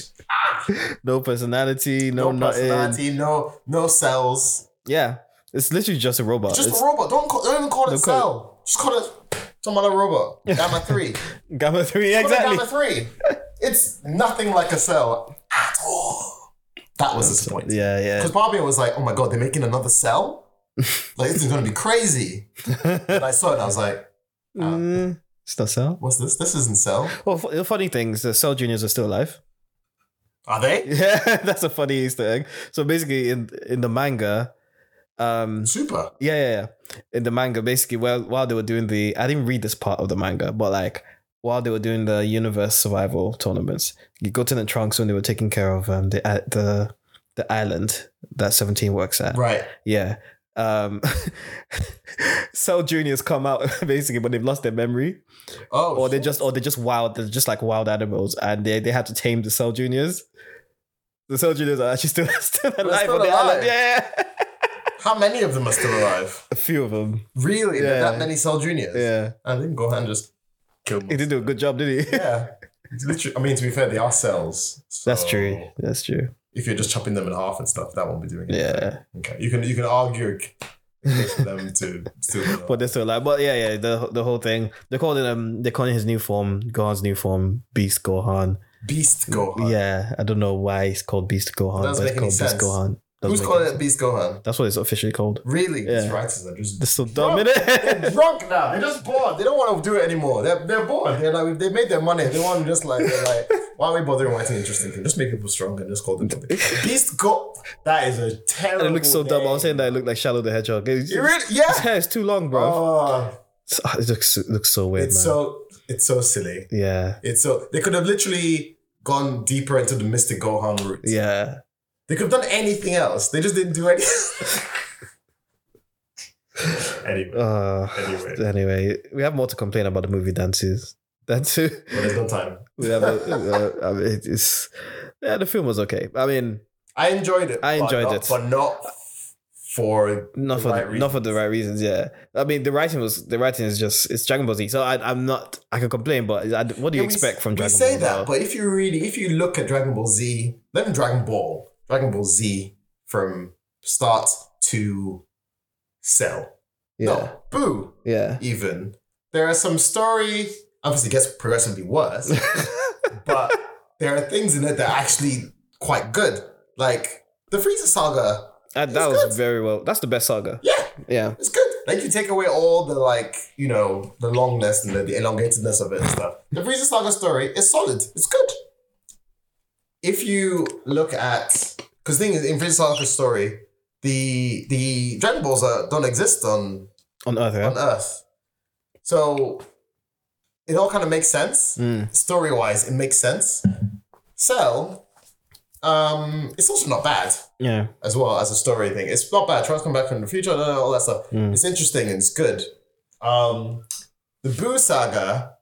A: no personality, no,
B: no
A: nothing.
B: personality. No no cells.
A: Yeah, it's literally just a robot.
B: Just
A: It's-
B: a robot. Don't call, don't even call it
A: Don't call
B: Cell. Just call it some other robot. Gamma three.
A: Gamma three, exactly.
B: Call it Gamma three. It's nothing like a Cell at all. That was disappointing.
A: Yeah, yeah.
B: Because Bobby was like, oh my God, they're making another cell? like, this is going to be crazy. And I saw it and I was like,
A: Mm, it's not Cell.
B: what's this? This isn't cell.
A: Well, fu- the funny thing is, the Cell Juniors are still alive.
B: Are they?
A: Yeah, that's a funny Easter egg. So basically, in in the manga, um,
B: Super.
A: yeah, yeah, yeah. In the manga, basically, while while they were doing the, I didn't read this part of the manga, but like while they were doing the universe survival tournaments, you got to the trunks when they were taking care of um the i- the the island that seventeen works at.
B: Right.
A: Yeah. Um, Cell Juniors come out basically, but they've lost their memory,
B: Oh.
A: or they're just or they're just wild. They're just like wild animals, and they they had to tame the Cell Juniors. The Cell Juniors are actually still still alive
B: still
A: on the
B: alive.
A: island. Yeah, yeah.
B: How many of them are still alive?
A: a few of them.
B: Really? There are
A: Yeah.
B: That many cell juniors?
A: Yeah,
B: I think Gohan just killed
A: he
B: them.
A: did do a good job, did he?
B: Yeah. It's literally, I mean, to be fair, they are cells. So
A: That's true. That's true.
B: If you're just chopping them in half and stuff, that won't be doing it.
A: Yeah,
B: Okay. You can you can argue a case for them to still.
A: but they're still alive. But yeah, yeah. The the whole thing. They're calling him. They're calling his new form Gohan's new form Beast Gohan.
B: Beast Gohan.
A: Yeah, I don't know why he's called Beast Gohan, but
B: Doesn't make
A: it's
B: any
A: called
B: sense.
A: Beast Gohan. Doesn't
B: Who's
A: make
B: calling
A: any
B: it Beast Gohan?
A: That's what it's officially called.
B: Really?
A: Yeah.
B: These writers are just
A: It's so dumb,
B: Bro.
A: innit?
B: They're drunk now. They're just bored. They don't want to do it anymore. They're, they're bored. They're like they made their money. They want to just like they're like why are we bothering writing interesting things? Just make people strong and just call them something. Beast go. That is a terrible.
A: it looks so dumb. I was
B: name.
A: saying that it looked like Shadow the Hedgehog. It's,
B: It really, yeah.
A: his hair is too long, bro.
B: Oh,
A: It's- ah, it looks it looks so weird,
B: it's
A: man.
B: so it's so silly.
A: yeah,
B: It's so they could have literally gone deeper into the Mystic Gohan route.
A: yeah.
B: They could have done anything else. They just didn't do anything. anyway,
A: Uh,
B: Anyway.
A: anyway, we have more to complain about the movie than to than to
B: well, there's no time.
A: we have. A, uh, I mean, it's yeah, the film was okay. I mean,
B: I enjoyed it.
A: I
B: but
A: enjoyed
B: not-
A: it.
B: but not for
A: not
B: The
A: for
B: right
A: the, not for the right reasons. Yeah, I mean, the writing was the writing is just it's Dragon Ball Z. So I, I'm not. I can complain, but I, what do you
B: Yeah, we-
A: expect from Dragon
B: We say
A: Ball?
B: that,
A: though?
B: but if you really, if you look at Dragon Ball Z, then Dragon Ball, Dragon Ball Z from start to Cell,
A: yeah,
B: no, Boo,
A: yeah.
B: even there are some story. Obviously, it gets progressively worse, but there are things in it that are actually quite good, like the Frieza saga.
A: And that
B: It's
A: was
B: good.
A: very well. That's the best saga.
B: Yeah,
A: Yeah.
B: it's good. Like you take away all the like, you know, the longness and the, the elongatedness of it and stuff. The Frieza Saga story is solid. It's good. If you look at because thing is in Frieza Saga story, the the Dragon Balls are, don't exist on
A: On Earth, yeah.
B: on Earth, so it all kind of makes sense
A: Mm.
B: story wise. It makes sense. Cell, um, it's also not bad
A: Yeah.
B: as well as a story thing. It's not bad. Try to come back from the future, no, no, all that stuff.
A: Mm.
B: It's interesting and it's good. Um, the Boo Saga,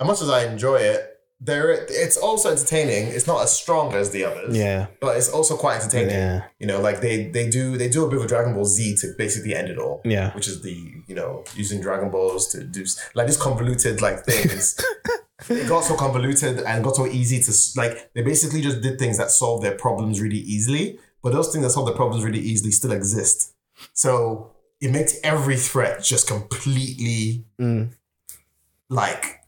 B: as much as I enjoy it, there it's also entertaining. It's not as strong as the others.
A: Yeah.
B: But it's also quite entertaining.
A: Yeah.
B: You know, like they they do they do a bit of Dragon Ball Z to basically end it all.
A: Yeah.
B: Which is the you know using Dragon Balls to do s- like this convoluted like things. it got so convoluted and got so easy to s- like they basically just did things that solved their problems really easily. But those things that solve their problems really easily still exist. So it makes every threat just completely
A: Mm.
B: like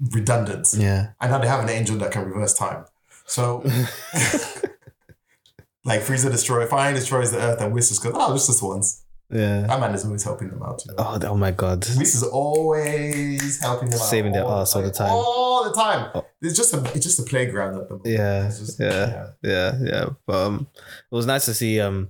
B: redundant.
A: Yeah.
B: And now they have an angel that can reverse time. So like Frieza destroy finally destroys the earth and Whis just goes, oh, it's just once.
A: Yeah.
B: That man is always helping them out. You know?
A: Oh, th- oh my god.
B: Whis is always helping them out.
A: Saving their ass all the time.
B: All the time.
A: Oh.
B: It's just a it's just a playground at the moment.
A: Yeah.
B: It's just-
A: Yeah. Yeah. Yeah. But um, it was nice to see um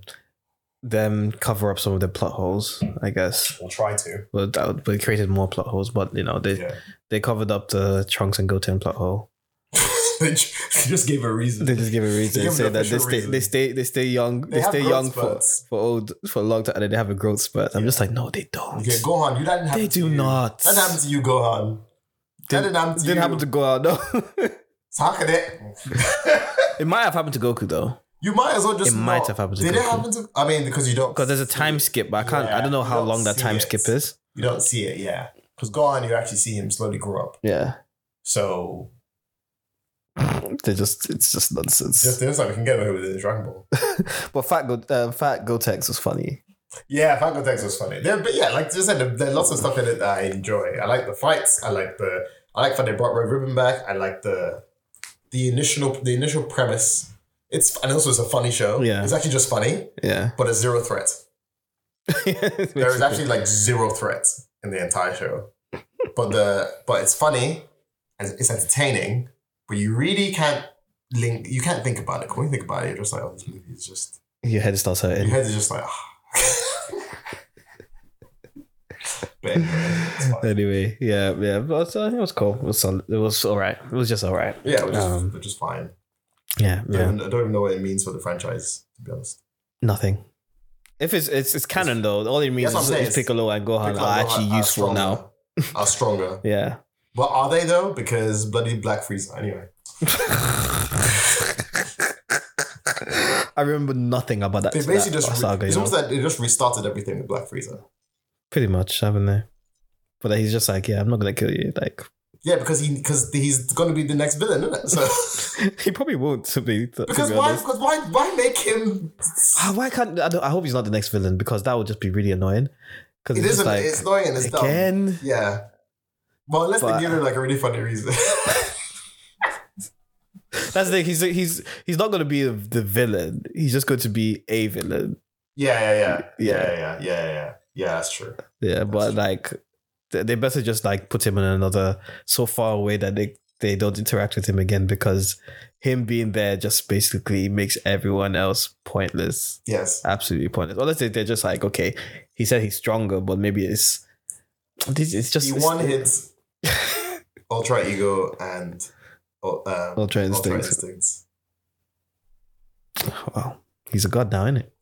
A: them cover up some of the plot holes. I guess.
C: We'll try to.
A: Well, that would, but it created more plot holes. But you know they
B: yeah.
A: they covered up the Trunks and Goten plot hole.
B: they ju- they just gave a reason.
A: They just give a reason.
B: They give
A: say
B: an
A: that they
B: official
A: stay,
B: reason.
A: they stay they stay young. They,
B: They have
A: stay
B: growth
A: young for,
B: spurts.
A: for old for a long time, and then they have a growth spurt. I'm just like, no, they don't.
B: Okay, Gohan, you that didn't happen
A: they
B: to
A: do
B: you.
A: not.
B: That happened to you, Gohan. that didn't happen to
A: Didn't
B: you.
A: happen to go out. No,
B: Sakade.
A: it might have happened to Goku though,
B: You might as well just.
A: It
B: not-
A: might have happened to
B: Did it
A: Goku.
B: happen to? I mean, because you don't.
A: because there's a time skip. But I can't. I
B: Yeah,
A: don't know
B: you
A: how
B: don't
A: long that
B: see
A: time
B: it.
A: skip is.
B: You don't see it, yeah. Because Gohan, you actually see him slowly grow up.
A: Yeah,
B: So
A: they just it's just nonsense.
B: just there's like we can get away with it in Dragon Ball.
A: but Fat Go uh, Fat Gotex was funny.
B: Yeah, Fango Tex was funny. There, but yeah, like I said, there, there are lots of stuff in it that I enjoy. I like the fights. I like the. I like that they brought Red Ribbon back. I like the, the initial the initial premise. It's and also it's a funny show.
A: Yeah.
B: it's actually just funny,
A: Yeah,
B: but there's zero threat. There is actually like zero threat in the entire show, but the but it's funny, and it's entertaining, but you really can't link. You can't think about it. 'cause When you think about it, you're just like, oh, this movie is just
A: your head starts
B: your
A: hurting.
B: head is just like. "Ah." but anyway, it's fine.
A: Anyway, yeah, yeah, but uh, it was cool. It was solid. It was all right. It was just all right.
B: yeah, which is
A: Um,
B: which is fine.
A: Yeah,
B: I,
A: yeah.
B: don't, I don't even know what it means for the franchise to be honest.
A: Nothing. If it's it's it's canon though, all it means
B: That's what
A: is,
B: I'm saying.
A: is Piccolo and Gohan
B: Piccolo
A: are Uh, actually
B: are
A: useful
B: stronger-
A: now.
B: Are stronger,
A: Yeah.
B: but are they though? Because bloody Black Frieza. Anyway,
A: I remember nothing about that.
B: they basically
A: that
B: just re-
A: saga, you
B: it's
A: know?
B: almost like they just restarted everything with Black Frieza.
A: pretty much, haven't they? But he's just like, yeah, I'm not gonna kill you. Like
B: Yeah, because he because he's gonna be the next villain, isn't it? So
A: he probably won't. To be to, to
B: because
A: be
B: why
A: honest.
B: because why why make him?
A: Ah, why can't I, don't, I hope he's not the next villain because that would just be really annoying. Because
B: It
A: it's
B: is
A: just
B: an-
A: like
B: it's annoying and it's dumb.
A: again.
B: Yeah. Well, unless
A: But-
B: they give him like a really funny reason.
A: That's the thing. He's he's he's not gonna be the, the villain. He's just going to be a villain.
B: yeah, yeah, yeah,
A: Yeah.
B: yeah, yeah, yeah, yeah, yeah. Yeah, that's true.
A: Yeah, but
B: That's-
A: like th- they better just like put him in another so far away that they they don't interact with him again because him being there just basically makes everyone else pointless,
B: Yes.
A: absolutely pointless. Unless they, they're just like, okay, he said he's stronger, but maybe it's this it's just
B: He
A: it's-
B: one hits Ultra Ego and uh, um,
A: Ultra
B: Ultra
A: Instinct.
B: Instincts.
A: Wow, Oh, he's a god now, isn't it?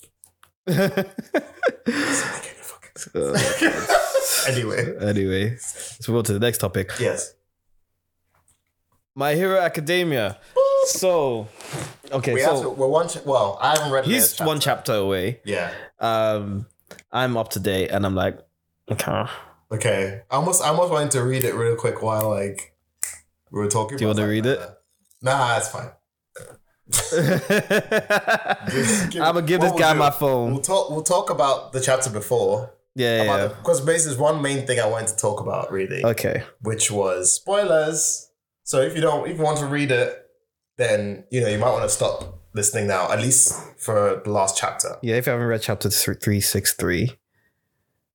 B: Anyway.
A: anyway, let's move on to the next topic.
B: Yes.
A: My Hero Academia. So, okay,
B: We have to,
A: so
B: we're one. Ch- well, I haven't read. the
A: he's
B: next chapter.
A: one chapter away.
B: Yeah.
A: um I'm up to date and I'm like, okay.
B: Okay. I almost I almost wanted to read it real quick while like we were talking.
A: Do you
B: about
A: wanna read
B: that.
A: it?
B: Nah, it's fine. Give- give-
A: I'm gonna give this
B: what
A: guy
B: we'll
A: my
B: do-
A: phone.
B: We'll talk we'll talk about the chapter before.
A: Yeah, yeah, yeah.
B: Because basically there's one main thing I wanted to talk about really,
A: Okay.
B: which was spoilers. So if you don't if you want to read it, then you know you might want to stop listening now, at least for the last chapter.
A: Yeah, if you haven't read chapter three six three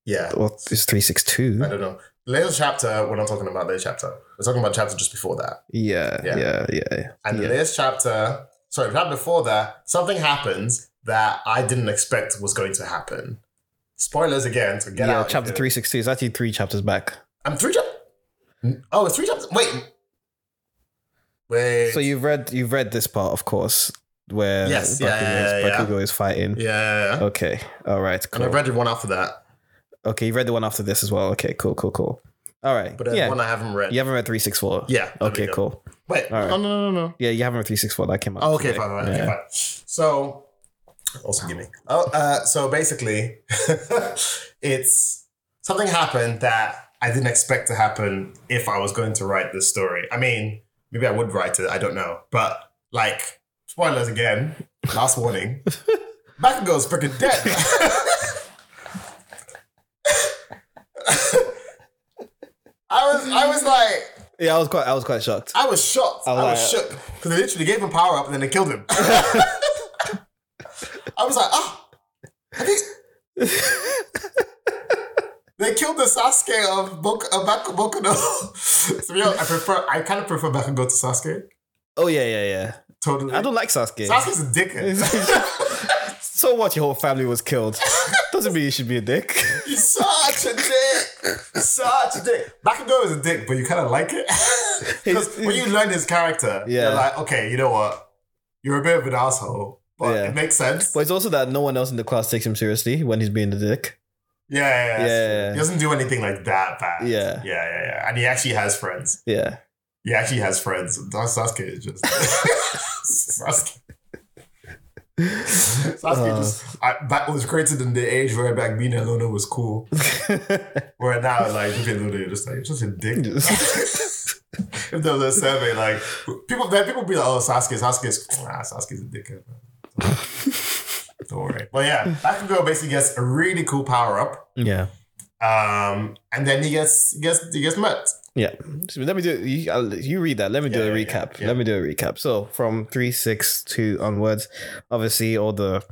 B: Yeah.
A: or it's three six two.
B: I don't know. The Later chapter, we're not talking about the chapter. We're talking about the chapter just before that.
A: Yeah,
B: Yeah.
A: yeah, yeah.
B: And
A: Yeah.
B: the latest chapter, sorry, the chapter before that, something happens that I didn't expect was going to happen. Spoilers again, so get
A: yeah,
B: out.
A: chapter three six two is actually three chapters back.
B: I'm three chapters. Oh, it's three chapters. Wait. Wait.
A: So you've read you've read this part, of course, where
B: Yes,
A: Bakugo,
B: yeah, yeah,
A: is,
B: yeah, yeah.
A: Bakugo is fighting.
B: Yeah, yeah,
A: Oh,
B: yeah.
A: Okay. All right.
B: And I
A: Cool.
B: read the one after that.
A: okay, you read the one after this as well. Okay. Cool. Cool. Cool. All right.
B: But yeah.
A: yeah.
B: one I haven't read.
A: you haven't read 364?
B: Yeah, there we
A: Okay,
B: go.
A: cool.
B: Wait.
A: All right.
B: No, Oh, no, no, no, no.
A: Yeah, you haven't read 364. That came out.
B: Oh, okay,
A: today.
B: fine, fine,
A: Yeah.
B: okay, fine. So, also give me. Oh, uh, so basically, it's something happened that I didn't expect to happen if I was going to write this story. I mean, maybe I would write it. I don't know, but like spoilers again. Last warning. Back goes freaking dead. I was, I was like.
A: Yeah, I was quite I was quite shocked.
B: I was shocked. I
A: I
B: was,
A: was
B: shook because they literally gave him power up and then they killed him. I was like, ah, I think they killed the Sasuke of Bok- of Bak- Bokuno. to be honest, I prefer. I kind of prefer Bakugo to Sasuke.
A: Oh yeah, yeah, yeah.
B: Totally.
A: I don't like Sasuke.
B: Sasuke's a dickhead.
A: so what? Your whole family was killed. Doesn't mean you should be a dick.
B: He's such a dick. Such a dick. Bakugo is a dick, but you kind of like it because when you learn his character,
A: Yeah.
B: you're like, okay, you know what? You're a bit of an asshole, but
A: Yeah.
B: it makes sense.
A: But it's also that no one else in the class takes him seriously when he's being a dick.
B: Yeah, yeah, yeah. that's true.
A: Yeah.
B: He doesn't do anything like that bad.
A: Yeah.
B: yeah, yeah, yeah. And he actually has friends.
A: Yeah.
B: He actually has friends. That's Sasuke is just Sasuke. Sasuke
A: Uh.
B: just I, back was created in the age where back being a loner was cool. Where now, like, you can loner, you're just like, you're just a dick. if there was a survey, like, people, then people be like, oh, Sasuke, Sasuke's, nah, Sasuke's a dickhead. man." Don't worry. But yeah, Bakugo basically gets a really cool power up.
A: yeah.
B: Um, and then he gets he gets he gets met.
A: Yeah. So let me do you, I'll, you read that. Let me do
B: Yeah,
A: a
B: yeah, yeah,
A: recap.
B: yeah.
A: Let me do a recap. So from 362 onwards, obviously all the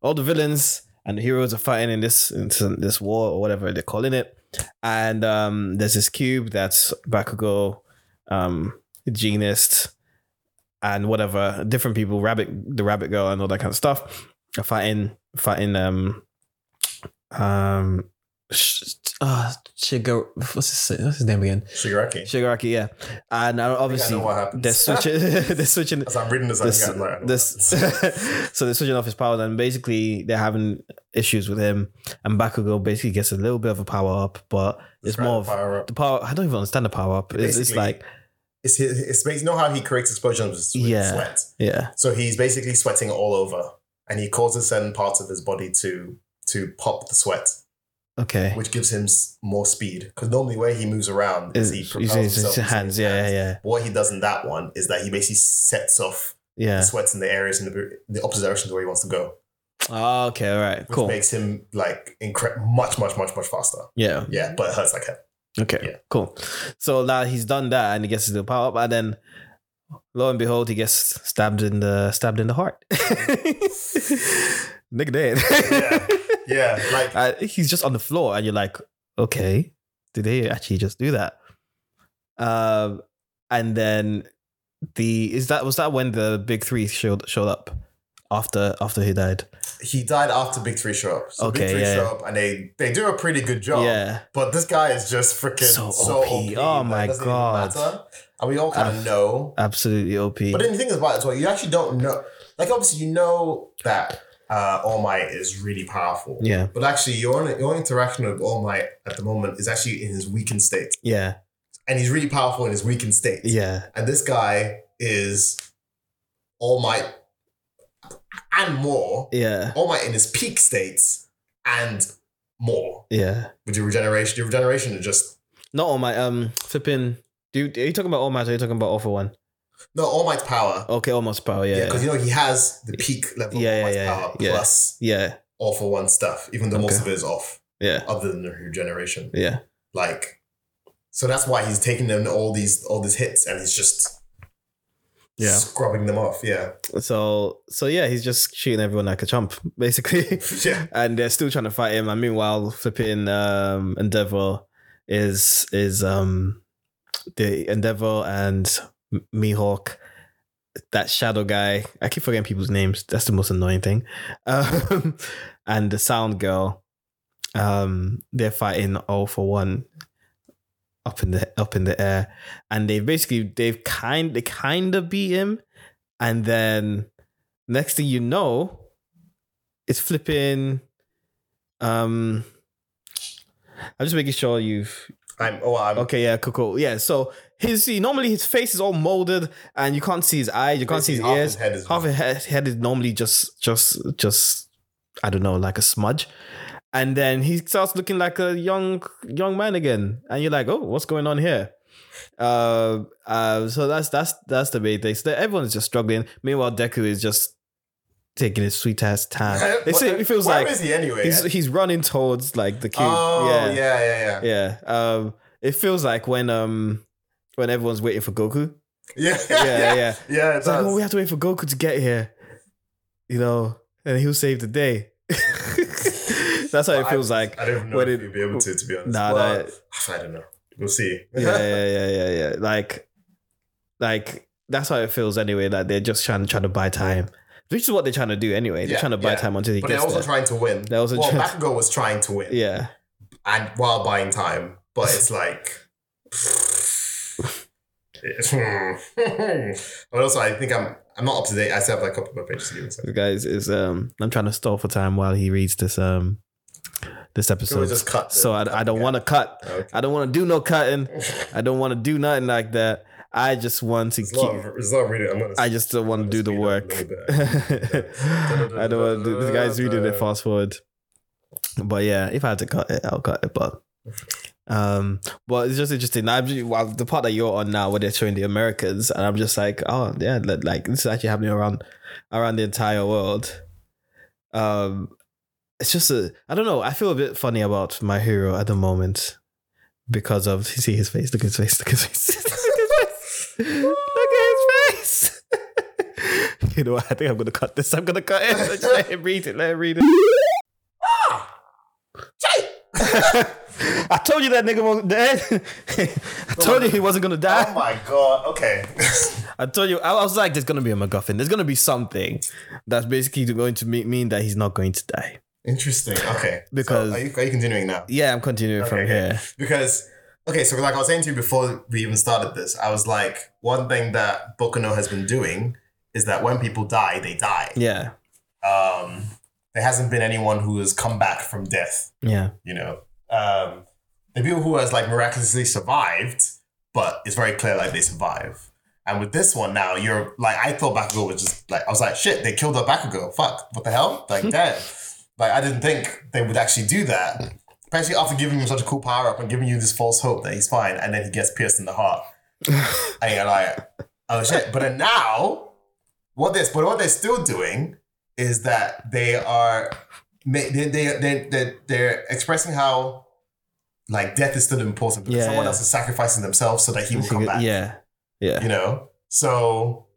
A: all the villains and the heroes are fighting in this in this war or whatever they're calling it. And um there's this cube that's Bakugo, um Genist, and whatever different people, rabbit the rabbit girl and all that kind of stuff are fighting fighting um um sh- uh, Shigeru, what's his, what's his name again?
B: Shigaraki.
A: Shigaraki, yeah, and uh, obviously
B: know what happens.
A: they're switching. they're switching.
B: As I'm reading this, I
A: This,
B: think I'm like, I know
A: this,
B: what
A: so they're switching off his powers, and basically they're having issues with him. And Bakugo basically gets a little bit of a power up, but it's
B: Describe
A: more
B: the
A: of
B: power up.
A: the power. I don't even understand the power up. It's, it's
B: Basically-
A: like,
B: It's his, it's basically you know how he creates explosions with sweat-
A: Yeah.
B: sweat.
A: yeah,
B: So he's basically sweating all over, and he causes certain parts of his body to to pop the sweat,
A: okay.
B: which gives him s- more speed. Because normally, where he moves around is
A: It's,
B: he
A: it's,
B: propels
A: it's,
B: himself
A: his
B: using
A: hands, yeah, yeah,
B: What he does in that one is that he basically sets off
A: yeah,
B: the sweats in the areas in the, the opposite direction to where he wants to go,
A: yeah. Oh, okay, all right,
B: which
A: cool.
B: makes him like incre- much, much, much, much faster.
A: Yeah,
B: Yeah, but it hurts like hell.
A: Okay,
B: Yeah.
A: cool. So now he's done that and he gets his little power up, and then lo and behold, he gets stabbed in the stabbed in the heart. Nigga dead.
B: Yeah. Yeah, like
A: Uh, he's just on the floor, and you're like, okay, did they actually just do that? Um, and then the is that was that when the big three showed showed up after after he died?
B: he died after Big Three show up. So Big
A: Okay,
B: Three
A: yeah.
B: show up, and they they do a pretty good job.
A: Yeah,
B: But this guy is just freaking
A: So
B: so,
A: OP.
B: OP.
A: Oh
B: that
A: my
B: it doesn't even
A: God.
B: matter. And we all kind
A: Uh,
B: of know.
A: absolutely op.
B: But then the thing is about it as well, you actually don't know. Like obviously, you know that uh, All Might is really powerful.
A: yeah,
B: But actually, your only, your only interaction with All Might at the moment is actually in his weakened state,
A: yeah,
B: and he's really powerful in his weakened state.
A: yeah,
B: And this guy is All Might and more.
A: yeah,
B: All Might in his peak states and more
A: yeah.
B: with your regeneration. Your regeneration is just
A: Not all my um flipping. Do you, are you talking about all might? Or are you talking about all for one?
B: no All Might's power.
A: Okay, almost power.
B: Yeah,
A: Yeah,
B: because you know he has the peak level
A: Yeah,
B: of
A: yeah,
B: All Might's
A: yeah,
B: power
A: yeah.
B: plus
A: yeah,
B: All for One stuff, even though most
A: Okay.
B: of it is off,
A: yeah,
B: other than the regeneration.
A: yeah,
B: Like, so that's why he's taking them all these all these hits and he's just
A: yeah.
B: scrubbing them off. Yeah,
A: So, so yeah, he's just shooting everyone like a chump, basically.
B: yeah.
A: and they're still trying to fight him. And meanwhile, flipping um Endeavor is is um the Endeavor and M- Mihawk. That shadow guy, I keep forgetting people's names. That's the most annoying thing. Um, and the sound girl, um, they're fighting all for one up in the up in the air, and they've basically they've kind they kind of beat him, and then next thing you know, it's flipping um i'm just making sure you've
B: I'm oh I'm
A: Okay, yeah, cool, cool. Yeah, so his see normally his face is all molded and you can't see his eyes, you can't see his
B: Basically, half
A: ears.
B: his head is
A: half his head, head is normally just just just I don't know, like a smudge. And then he starts looking like a young young man again. And you're like, oh, what's going on here? Uh, uh, so that's that's that's the main thing. So everyone's just struggling. Meanwhile, Deku is just taking his sweet ass time. They say it feels
B: Where
A: like
B: is he anyway?
A: he's he's running towards like the cube.
B: oh yeah, yeah, yeah, yeah.
A: Yeah. Um, it feels like when um when everyone's waiting for Goku.
B: Yeah,
A: Yeah, yeah.
B: Yeah, it
A: It's like,
B: does.
A: oh, we have to wait for Goku to get here. You know, and he'll save the day. That's how it
B: I-
A: feels like.
B: I don't know
A: when
B: if
A: it-
B: you'll be able to, to be honest.
A: Nah,
B: But I don't know. We'll see.
A: Yeah, yeah, yeah, yeah, yeah. Like, like that's how it feels anyway. Like they're just trying trying to buy time, which is what they're trying to do anyway. They're
B: Yeah,
A: trying to buy
B: yeah.
A: time until he
B: but they're
A: gets
B: also
A: there.
B: trying to win.
A: They're also
B: well,
A: trying-
B: Bakugo was trying to win,
A: yeah,
B: and while buying time, but it's like. It's- but also, I think I'm I'm not up to date. I still have like a couple more pages to do. So.
A: This guys is um. I'm trying to stall for time while he reads this um, this
B: So we
A: episode.
B: just cut. the-
A: So I, I don't want to cut.
B: Okay.
A: I don't want to do no cutting. I don't want to do nothing like that. I just want to
B: There's a lot
A: keep.
B: of- there's a lot of reading. I'm gonna.
A: I just don't want to do the
B: Speed up a
A: work.
B: little bit.
A: I don't want to do. This guy's reading it fast forward. But yeah, if I had to cut it, I'll cut it. But um, but it's just interesting. I'm just- well, the part that you're on now, where they're showing the Americans, and I'm just like, oh yeah, li- like this is actually happening around around the entire world. Um, it's just a. I don't know. I feel a bit funny about my hero at the moment because of see his face. Look at his face. Look at his face. look at his face. Look at his face. you know what? I think I'm gonna cut this. I'm gonna cut it. Just let him read it. Let him read it. I told you that nigga was dead. I told you he wasn't gonna
B: Oh
A: die.
B: my god. Okay.
A: I told you. I was like, there's gonna be a MacGuffin. There's gonna be something that's basically going to me- mean that he's not going to die.
B: Interesting. Okay. So
A: Because-
B: are you are you continuing now?
A: Yeah, I'm continuing from
B: Okay.
A: here.
B: because okay, so like I was saying to you before we even started this, I was like, one thing that Bokuno has been doing is that when people die, they die.
A: Yeah,
B: Um, there hasn't been anyone who has come back from death.
A: yeah,
B: You know, um, the people who has like miraculously survived, but it's very clear like they survive. And with this one now, you're like, I thought Bakugo was just like, I was like, shit, they killed a Bakugo. Fuck, what the hell? Like, damn. Like, I didn't think they would actually do that. Especially after giving him such a cool power up and giving you this false hope that he's fine, and then he gets pierced in the heart. and you're like, oh shit. But then now, what this, but what they're still doing is that they are, they, they, they, they, they're expressing how like death is still important because
A: Yeah,
B: someone
A: yeah.
B: else is sacrificing themselves so that he will come back
A: yeah, yeah.
B: you know. So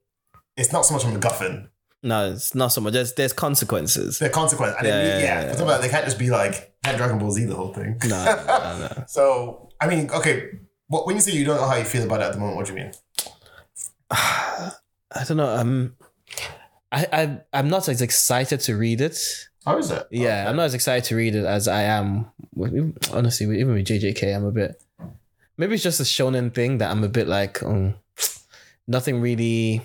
B: it's not so much a MacGuffin.
A: No, it's not so much. There's there's consequences.
B: The consequence, and then,
A: Yeah,
B: yeah,
A: yeah, yeah,
B: yeah, Talk about they can't just be like had Dragon Ball Z the whole thing.
A: No, no, no, no.
B: So I mean, okay, what when you say you don't know how you feel about it at the moment, what do you mean?
A: I don't know. Um, I I I'm not as excited to read it.
B: How is it?
A: Yeah, I'm not as excited to read it as I am. With, honestly, with, even with JJK, I'm a bit. Maybe it's just a shonen thing that I'm a bit like, um, nothing really.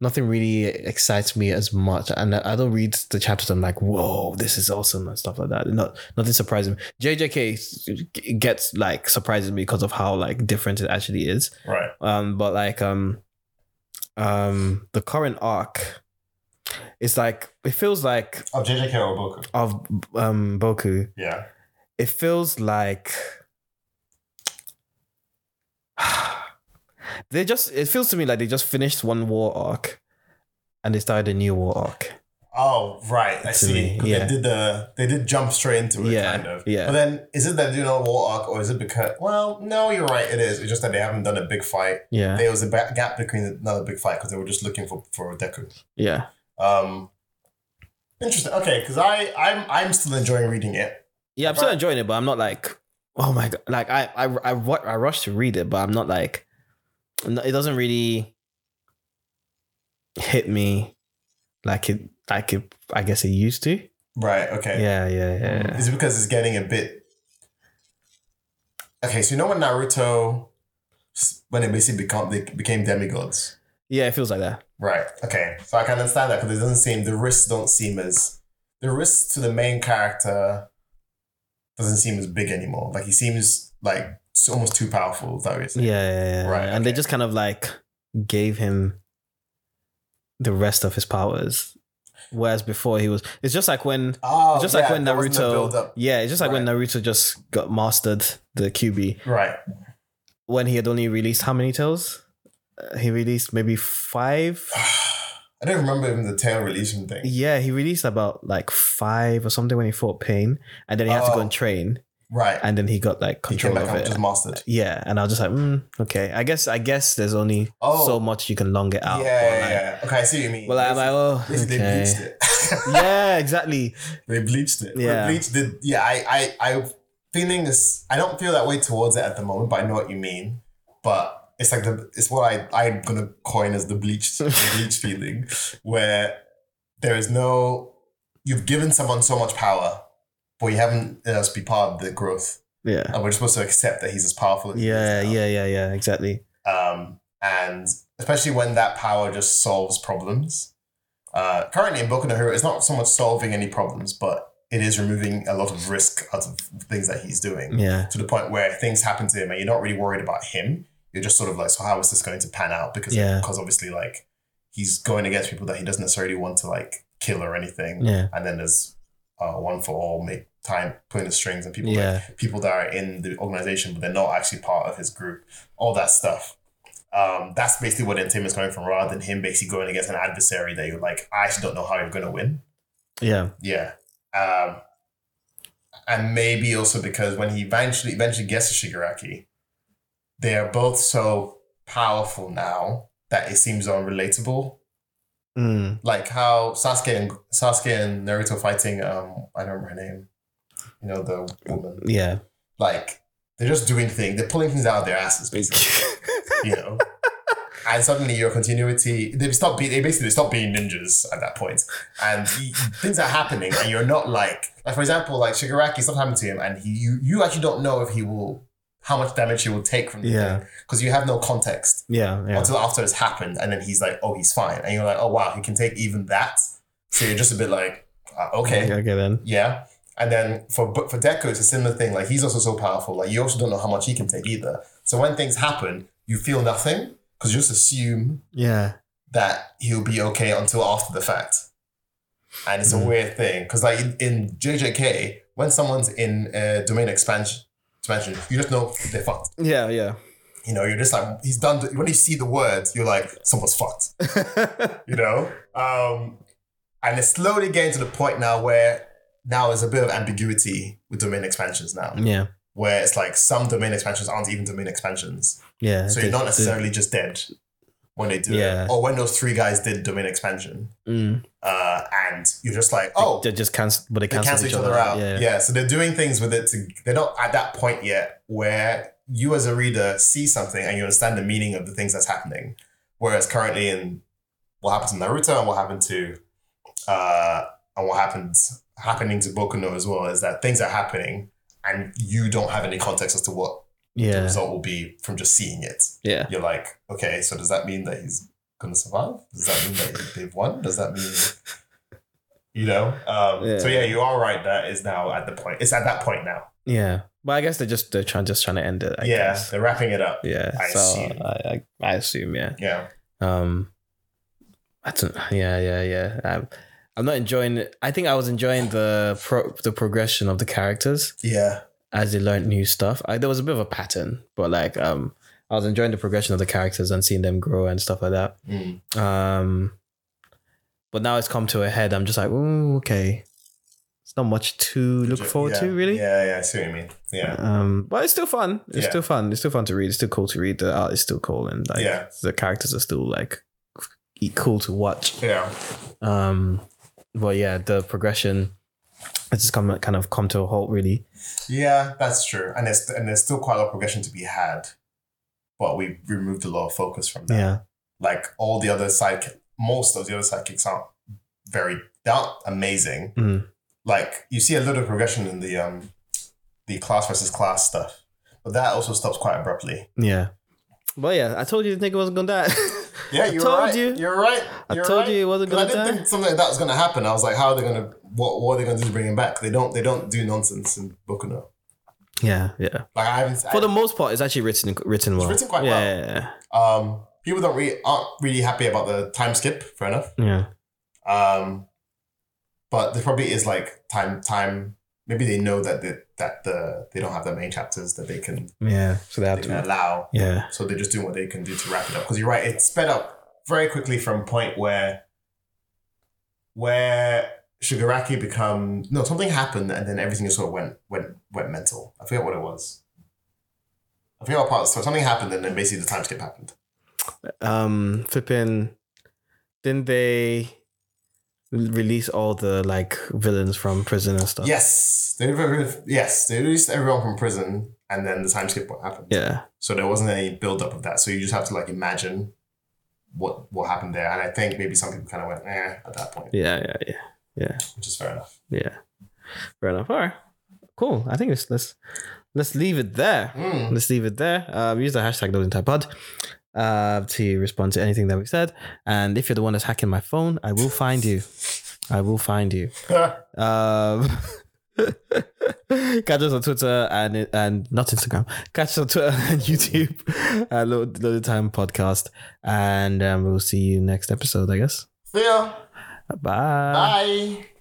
A: Nothing really excites me as much, and I I don't read the chapters. I'm like, whoa, this is awesome and stuff like that. Not nothing surprising. JJK gets like surprises me because of how like different it actually is
B: Right.
A: um but like um um the current arc it's like it feels like
B: Oh, JJ Carroll book.
A: of um boku
B: Yeah.
A: it feels like they just it feels to me like they just finished one war arc and they started a new war arc
B: Oh, right. I
A: To
B: see.
A: me,
B: 'Cause
A: yeah.
B: They did the they did jump straight into it,
A: Yeah,
B: kind of.
A: yeah.
B: But then is it that they do not war arc or is it because well, no, you're right, it is. It's just that they haven't done a big fight.
A: yeah
B: There was a ba- gap between another big fight because they were just looking for for Deku.
A: yeah
B: Um, interesting. Okay, because I I'm I'm still enjoying reading it.
A: yeah i'm still enjoying it but i'm not like oh my god like i i i, ru- I rushed to read it but i'm not like no, it doesn't really hit me like it like it i guess it used to
B: Right. Okay.
A: yeah yeah yeah
B: Is it because it's getting a bit? Okay, so you know when Naruto, s- when they basically become they became demigods.
A: yeah it feels like that
B: Right. Okay. So I can understand that because it doesn't seem the risks don't seem as the risks to the main character doesn't seem as big anymore. Like he seems like it's almost too powerful. Is that what you're saying?
A: Yeah, yeah, yeah.
B: Right,
A: And they
B: okay.
A: just kind of like gave him the rest of his powers. Whereas before he was it's just like when
B: Oh,
A: it's just
B: yeah,
A: like when
B: that wasn't the
A: Naruto
B: build-up.
A: Yeah, it's just like when Naruto just got mastered the QB
B: Right.
A: when he had only released how many tails? Uh, he released maybe 5.
B: I don't remember even the tail releasing thing.
A: Yeah, he released about like 5 or something when he fought Pain and then he had to go
B: Oh.
A: and train
B: Right.
A: and then he got like
B: he came
A: control
B: back
A: of
B: up
A: it.
B: just mastered.
A: yeah, and I was just like, mm, okay. I guess I guess there's only
B: Oh.
A: so much you can long it
B: Yeah,
A: out. or,
B: yeah,
A: like,
B: yeah. Okay, I see what you mean.
A: Well, I'm like, oh,
B: Basically, they
A: okay.
B: bleached it.
A: yeah, exactly.
B: They bleached it.
A: Yeah.
B: They bleached it. Yeah, I, I, I feeling this. I don't feel that way towards it at the moment, but I know what you mean. But it's like the, it's what I, I'm gonna coin as the bleached, the bleached feeling, where there is no, you've given someone so much power, but you haven't let us be part of the growth,
A: Yeah.
B: and we're supposed to accept that he's as powerful. As he
A: Yeah,
B: Oh, is now.
A: yeah, yeah, yeah, exactly.
B: Um, and especially when that power just solves problems. Uh, currently in Boku no Hero, it's not so much solving any problems, but it is removing a lot of risk out of things that he's doing
A: Yeah.
B: to the point where things happen to him and you're not really worried about him. You're just sort of like, so how is this going to pan out? Because
A: Yeah.
B: because obviously like he's going against people that he doesn't necessarily want to like kill or anything.
A: Yeah.
B: And then there's uh, one for all make time pulling the strings and people that
A: Yeah.
B: people that are in the organization, but they're not actually part of his group, all that stuff. Um, that's basically where the entertainment's coming from, rather than him basically going against an adversary that you're like, I actually don't know how you're going to win.
A: Yeah.
B: Yeah. Um, and maybe also because when he eventually eventually gets to Shigaraki, they are both so powerful now that it seems unrelatable
A: Mm.
B: like how Sasuke and Sasuke and Naruto fighting um I don't remember her name. You know, the woman.
A: Yeah.
B: Like they're just doing things, they're pulling things out of their asses, basically, you know. And suddenly your continuity they stop being they basically stop being ninjas at that point. And y- things are happening and you're not like like for example, like Shigaraki, stuff happened to him and he you, you actually don't know if he will how much damage he will take from the
A: Yeah.
B: Because you have no context
A: Yeah. Yeah.
B: until after it's happened, and then he's like, "Oh, he's fine," and you're like, "Oh wow, he can take even that." So you're just a bit like, uh, "Okay,
A: Okay then.
B: yeah." And then for but for Deku, it's a similar thing. Like he's also so powerful. Like you also don't know how much he can take either. So when things happen, you feel nothing because you just assume
A: Yeah.
B: that he'll be okay until after the fact. And it's
A: Mhm.
B: a weird thing because like in, in JJK, when someone's in uh, domain expansion, expansion, you just know they're fucked
A: Yeah. Yeah.
B: you know, you're just like, he's done. When you see the words, you're like, someone's fucked, you know? Um, and it's slowly getting to the point now where now there's a bit of ambiguity with domain expansions now,
A: Yeah.
B: where it's like some domain expansions aren't even domain expansions.
A: Yeah.
B: So you're not necessarily just dead when they do
A: Yeah.
B: it. Or when those three guys did domain expansion,
A: Mm.
B: uh, and you're just like, oh,
A: They just cancel, but they
B: they
A: cancel,
B: cancel each other out. Yeah. so they're doing things with it to they're not at that point yet where you as a reader see something and you understand the meaning of the things that's happening. Whereas currently in what happened to Naruto and what happened to uh and what happened happening to Boku no as well is that things are happening and you don't have any context as to what the
A: Yeah.
B: result will be from just seeing it.
A: Yeah.
B: You're like, okay, so does that mean that he's gonna survive? Does that mean that they've won? Does that mean you know? Um, So
A: Yeah.
B: yeah, you are right. That is now at the point. It's at that point now.
A: Yeah. But I guess they're just they're trying just trying to end it. I
B: yeah,
A: guess.
B: they're wrapping it up.
A: Yeah.
B: I
A: so
B: assume.
A: I, I I assume yeah.
B: Yeah,
A: Um, I don't. Yeah, yeah, yeah. I'm, I'm not enjoying. it. I think I was enjoying the pro, the progression of the characters
B: yeah,
A: as they learned new stuff. I, there was a bit of a pattern, but like um, I was enjoying the progression of the characters and seeing them grow and stuff like that.
B: Mm.
A: Um, but now it's come to a head. I'm just like, ooh, okay. It's not much to look forward
B: Yeah.
A: to, really.
B: Yeah, yeah, I see what you mean. Yeah,
A: Um, but it's still fun. It's
B: Yeah.
A: still fun. It's still fun to read. It's still cool to read. The art is still cool, and like
B: Yeah.
A: the characters are still like e, cool to watch.
B: yeah,
A: Um, but yeah, the progression has just come kind of come to a halt, really.
B: yeah. That's true. And there's and there's still quite a lot of progression to be had, but we removed a lot of focus from that.
A: Yeah,
B: Like all the other side, most of the other sidekicks aren't very they're not amazing.
A: Mm.
B: Like you see a little progression in the um the class versus class stuff, but that also stops quite abruptly.
A: yeah. But yeah, I told you the nigga wasn't gonna die.
B: Yeah,
A: I
B: you're
A: told
B: right.
A: you.
B: are right.
A: I
B: You're
A: told
B: right.
A: you it wasn't
B: 'Cause I
A: gonna
B: didn't
A: die.
B: think something like that was gonna happen. I was like, how are they gonna what what are they gonna do to bring him back? They don't they don't do nonsense in Bokuno.
A: Yeah, yeah.
B: Like I haven't
A: For the most part, it's actually written written well.
B: written quite
A: yeah,
B: well.
A: Yeah,
B: um people don't really aren't really happy about the time skip, fair enough.
A: yeah. yeah.
B: Um but there probably is like time time maybe they know that the that the they don't have the main chapters that they can,
A: Yeah, so they
B: they
A: have
B: can
A: to.
B: allow
A: Yeah,
B: So they're just doing what they can do to wrap it up. Because you're right, it sped up very quickly from point where where Shigaraki become no something happened and then everything just sort of went went went mental. I forget what it was. I forget what part. So something happened and then basically the time skip happened.
A: um, flipping. Didn't they release all the like villains from prison and stuff?
B: Yes, they re- yes they released everyone from prison and then the time skip happened.
A: Yeah,
B: So there wasn't any build up of that. So you just have to like imagine what what happened there. And I think maybe some people kind of went eh at that point,
A: yeah, yeah, yeah, yeah,
B: which is fair enough.
A: yeah. Fair enough. All right, cool. I think let's let's let's leave it there.
B: Mm.
A: Let's leave it there. Uh, use the hashtag loading type pod uh, to respond to anything that we said. And if you're the one that's hacking my phone, I will find you. I will find you. Um, catch us on Twitter and and not Instagram. Catch us on Twitter and YouTube. Uh, Load Loaded Time Podcast, and um, we'll see you next episode. I guess.
B: See ya.
A: Bye.
B: Bye.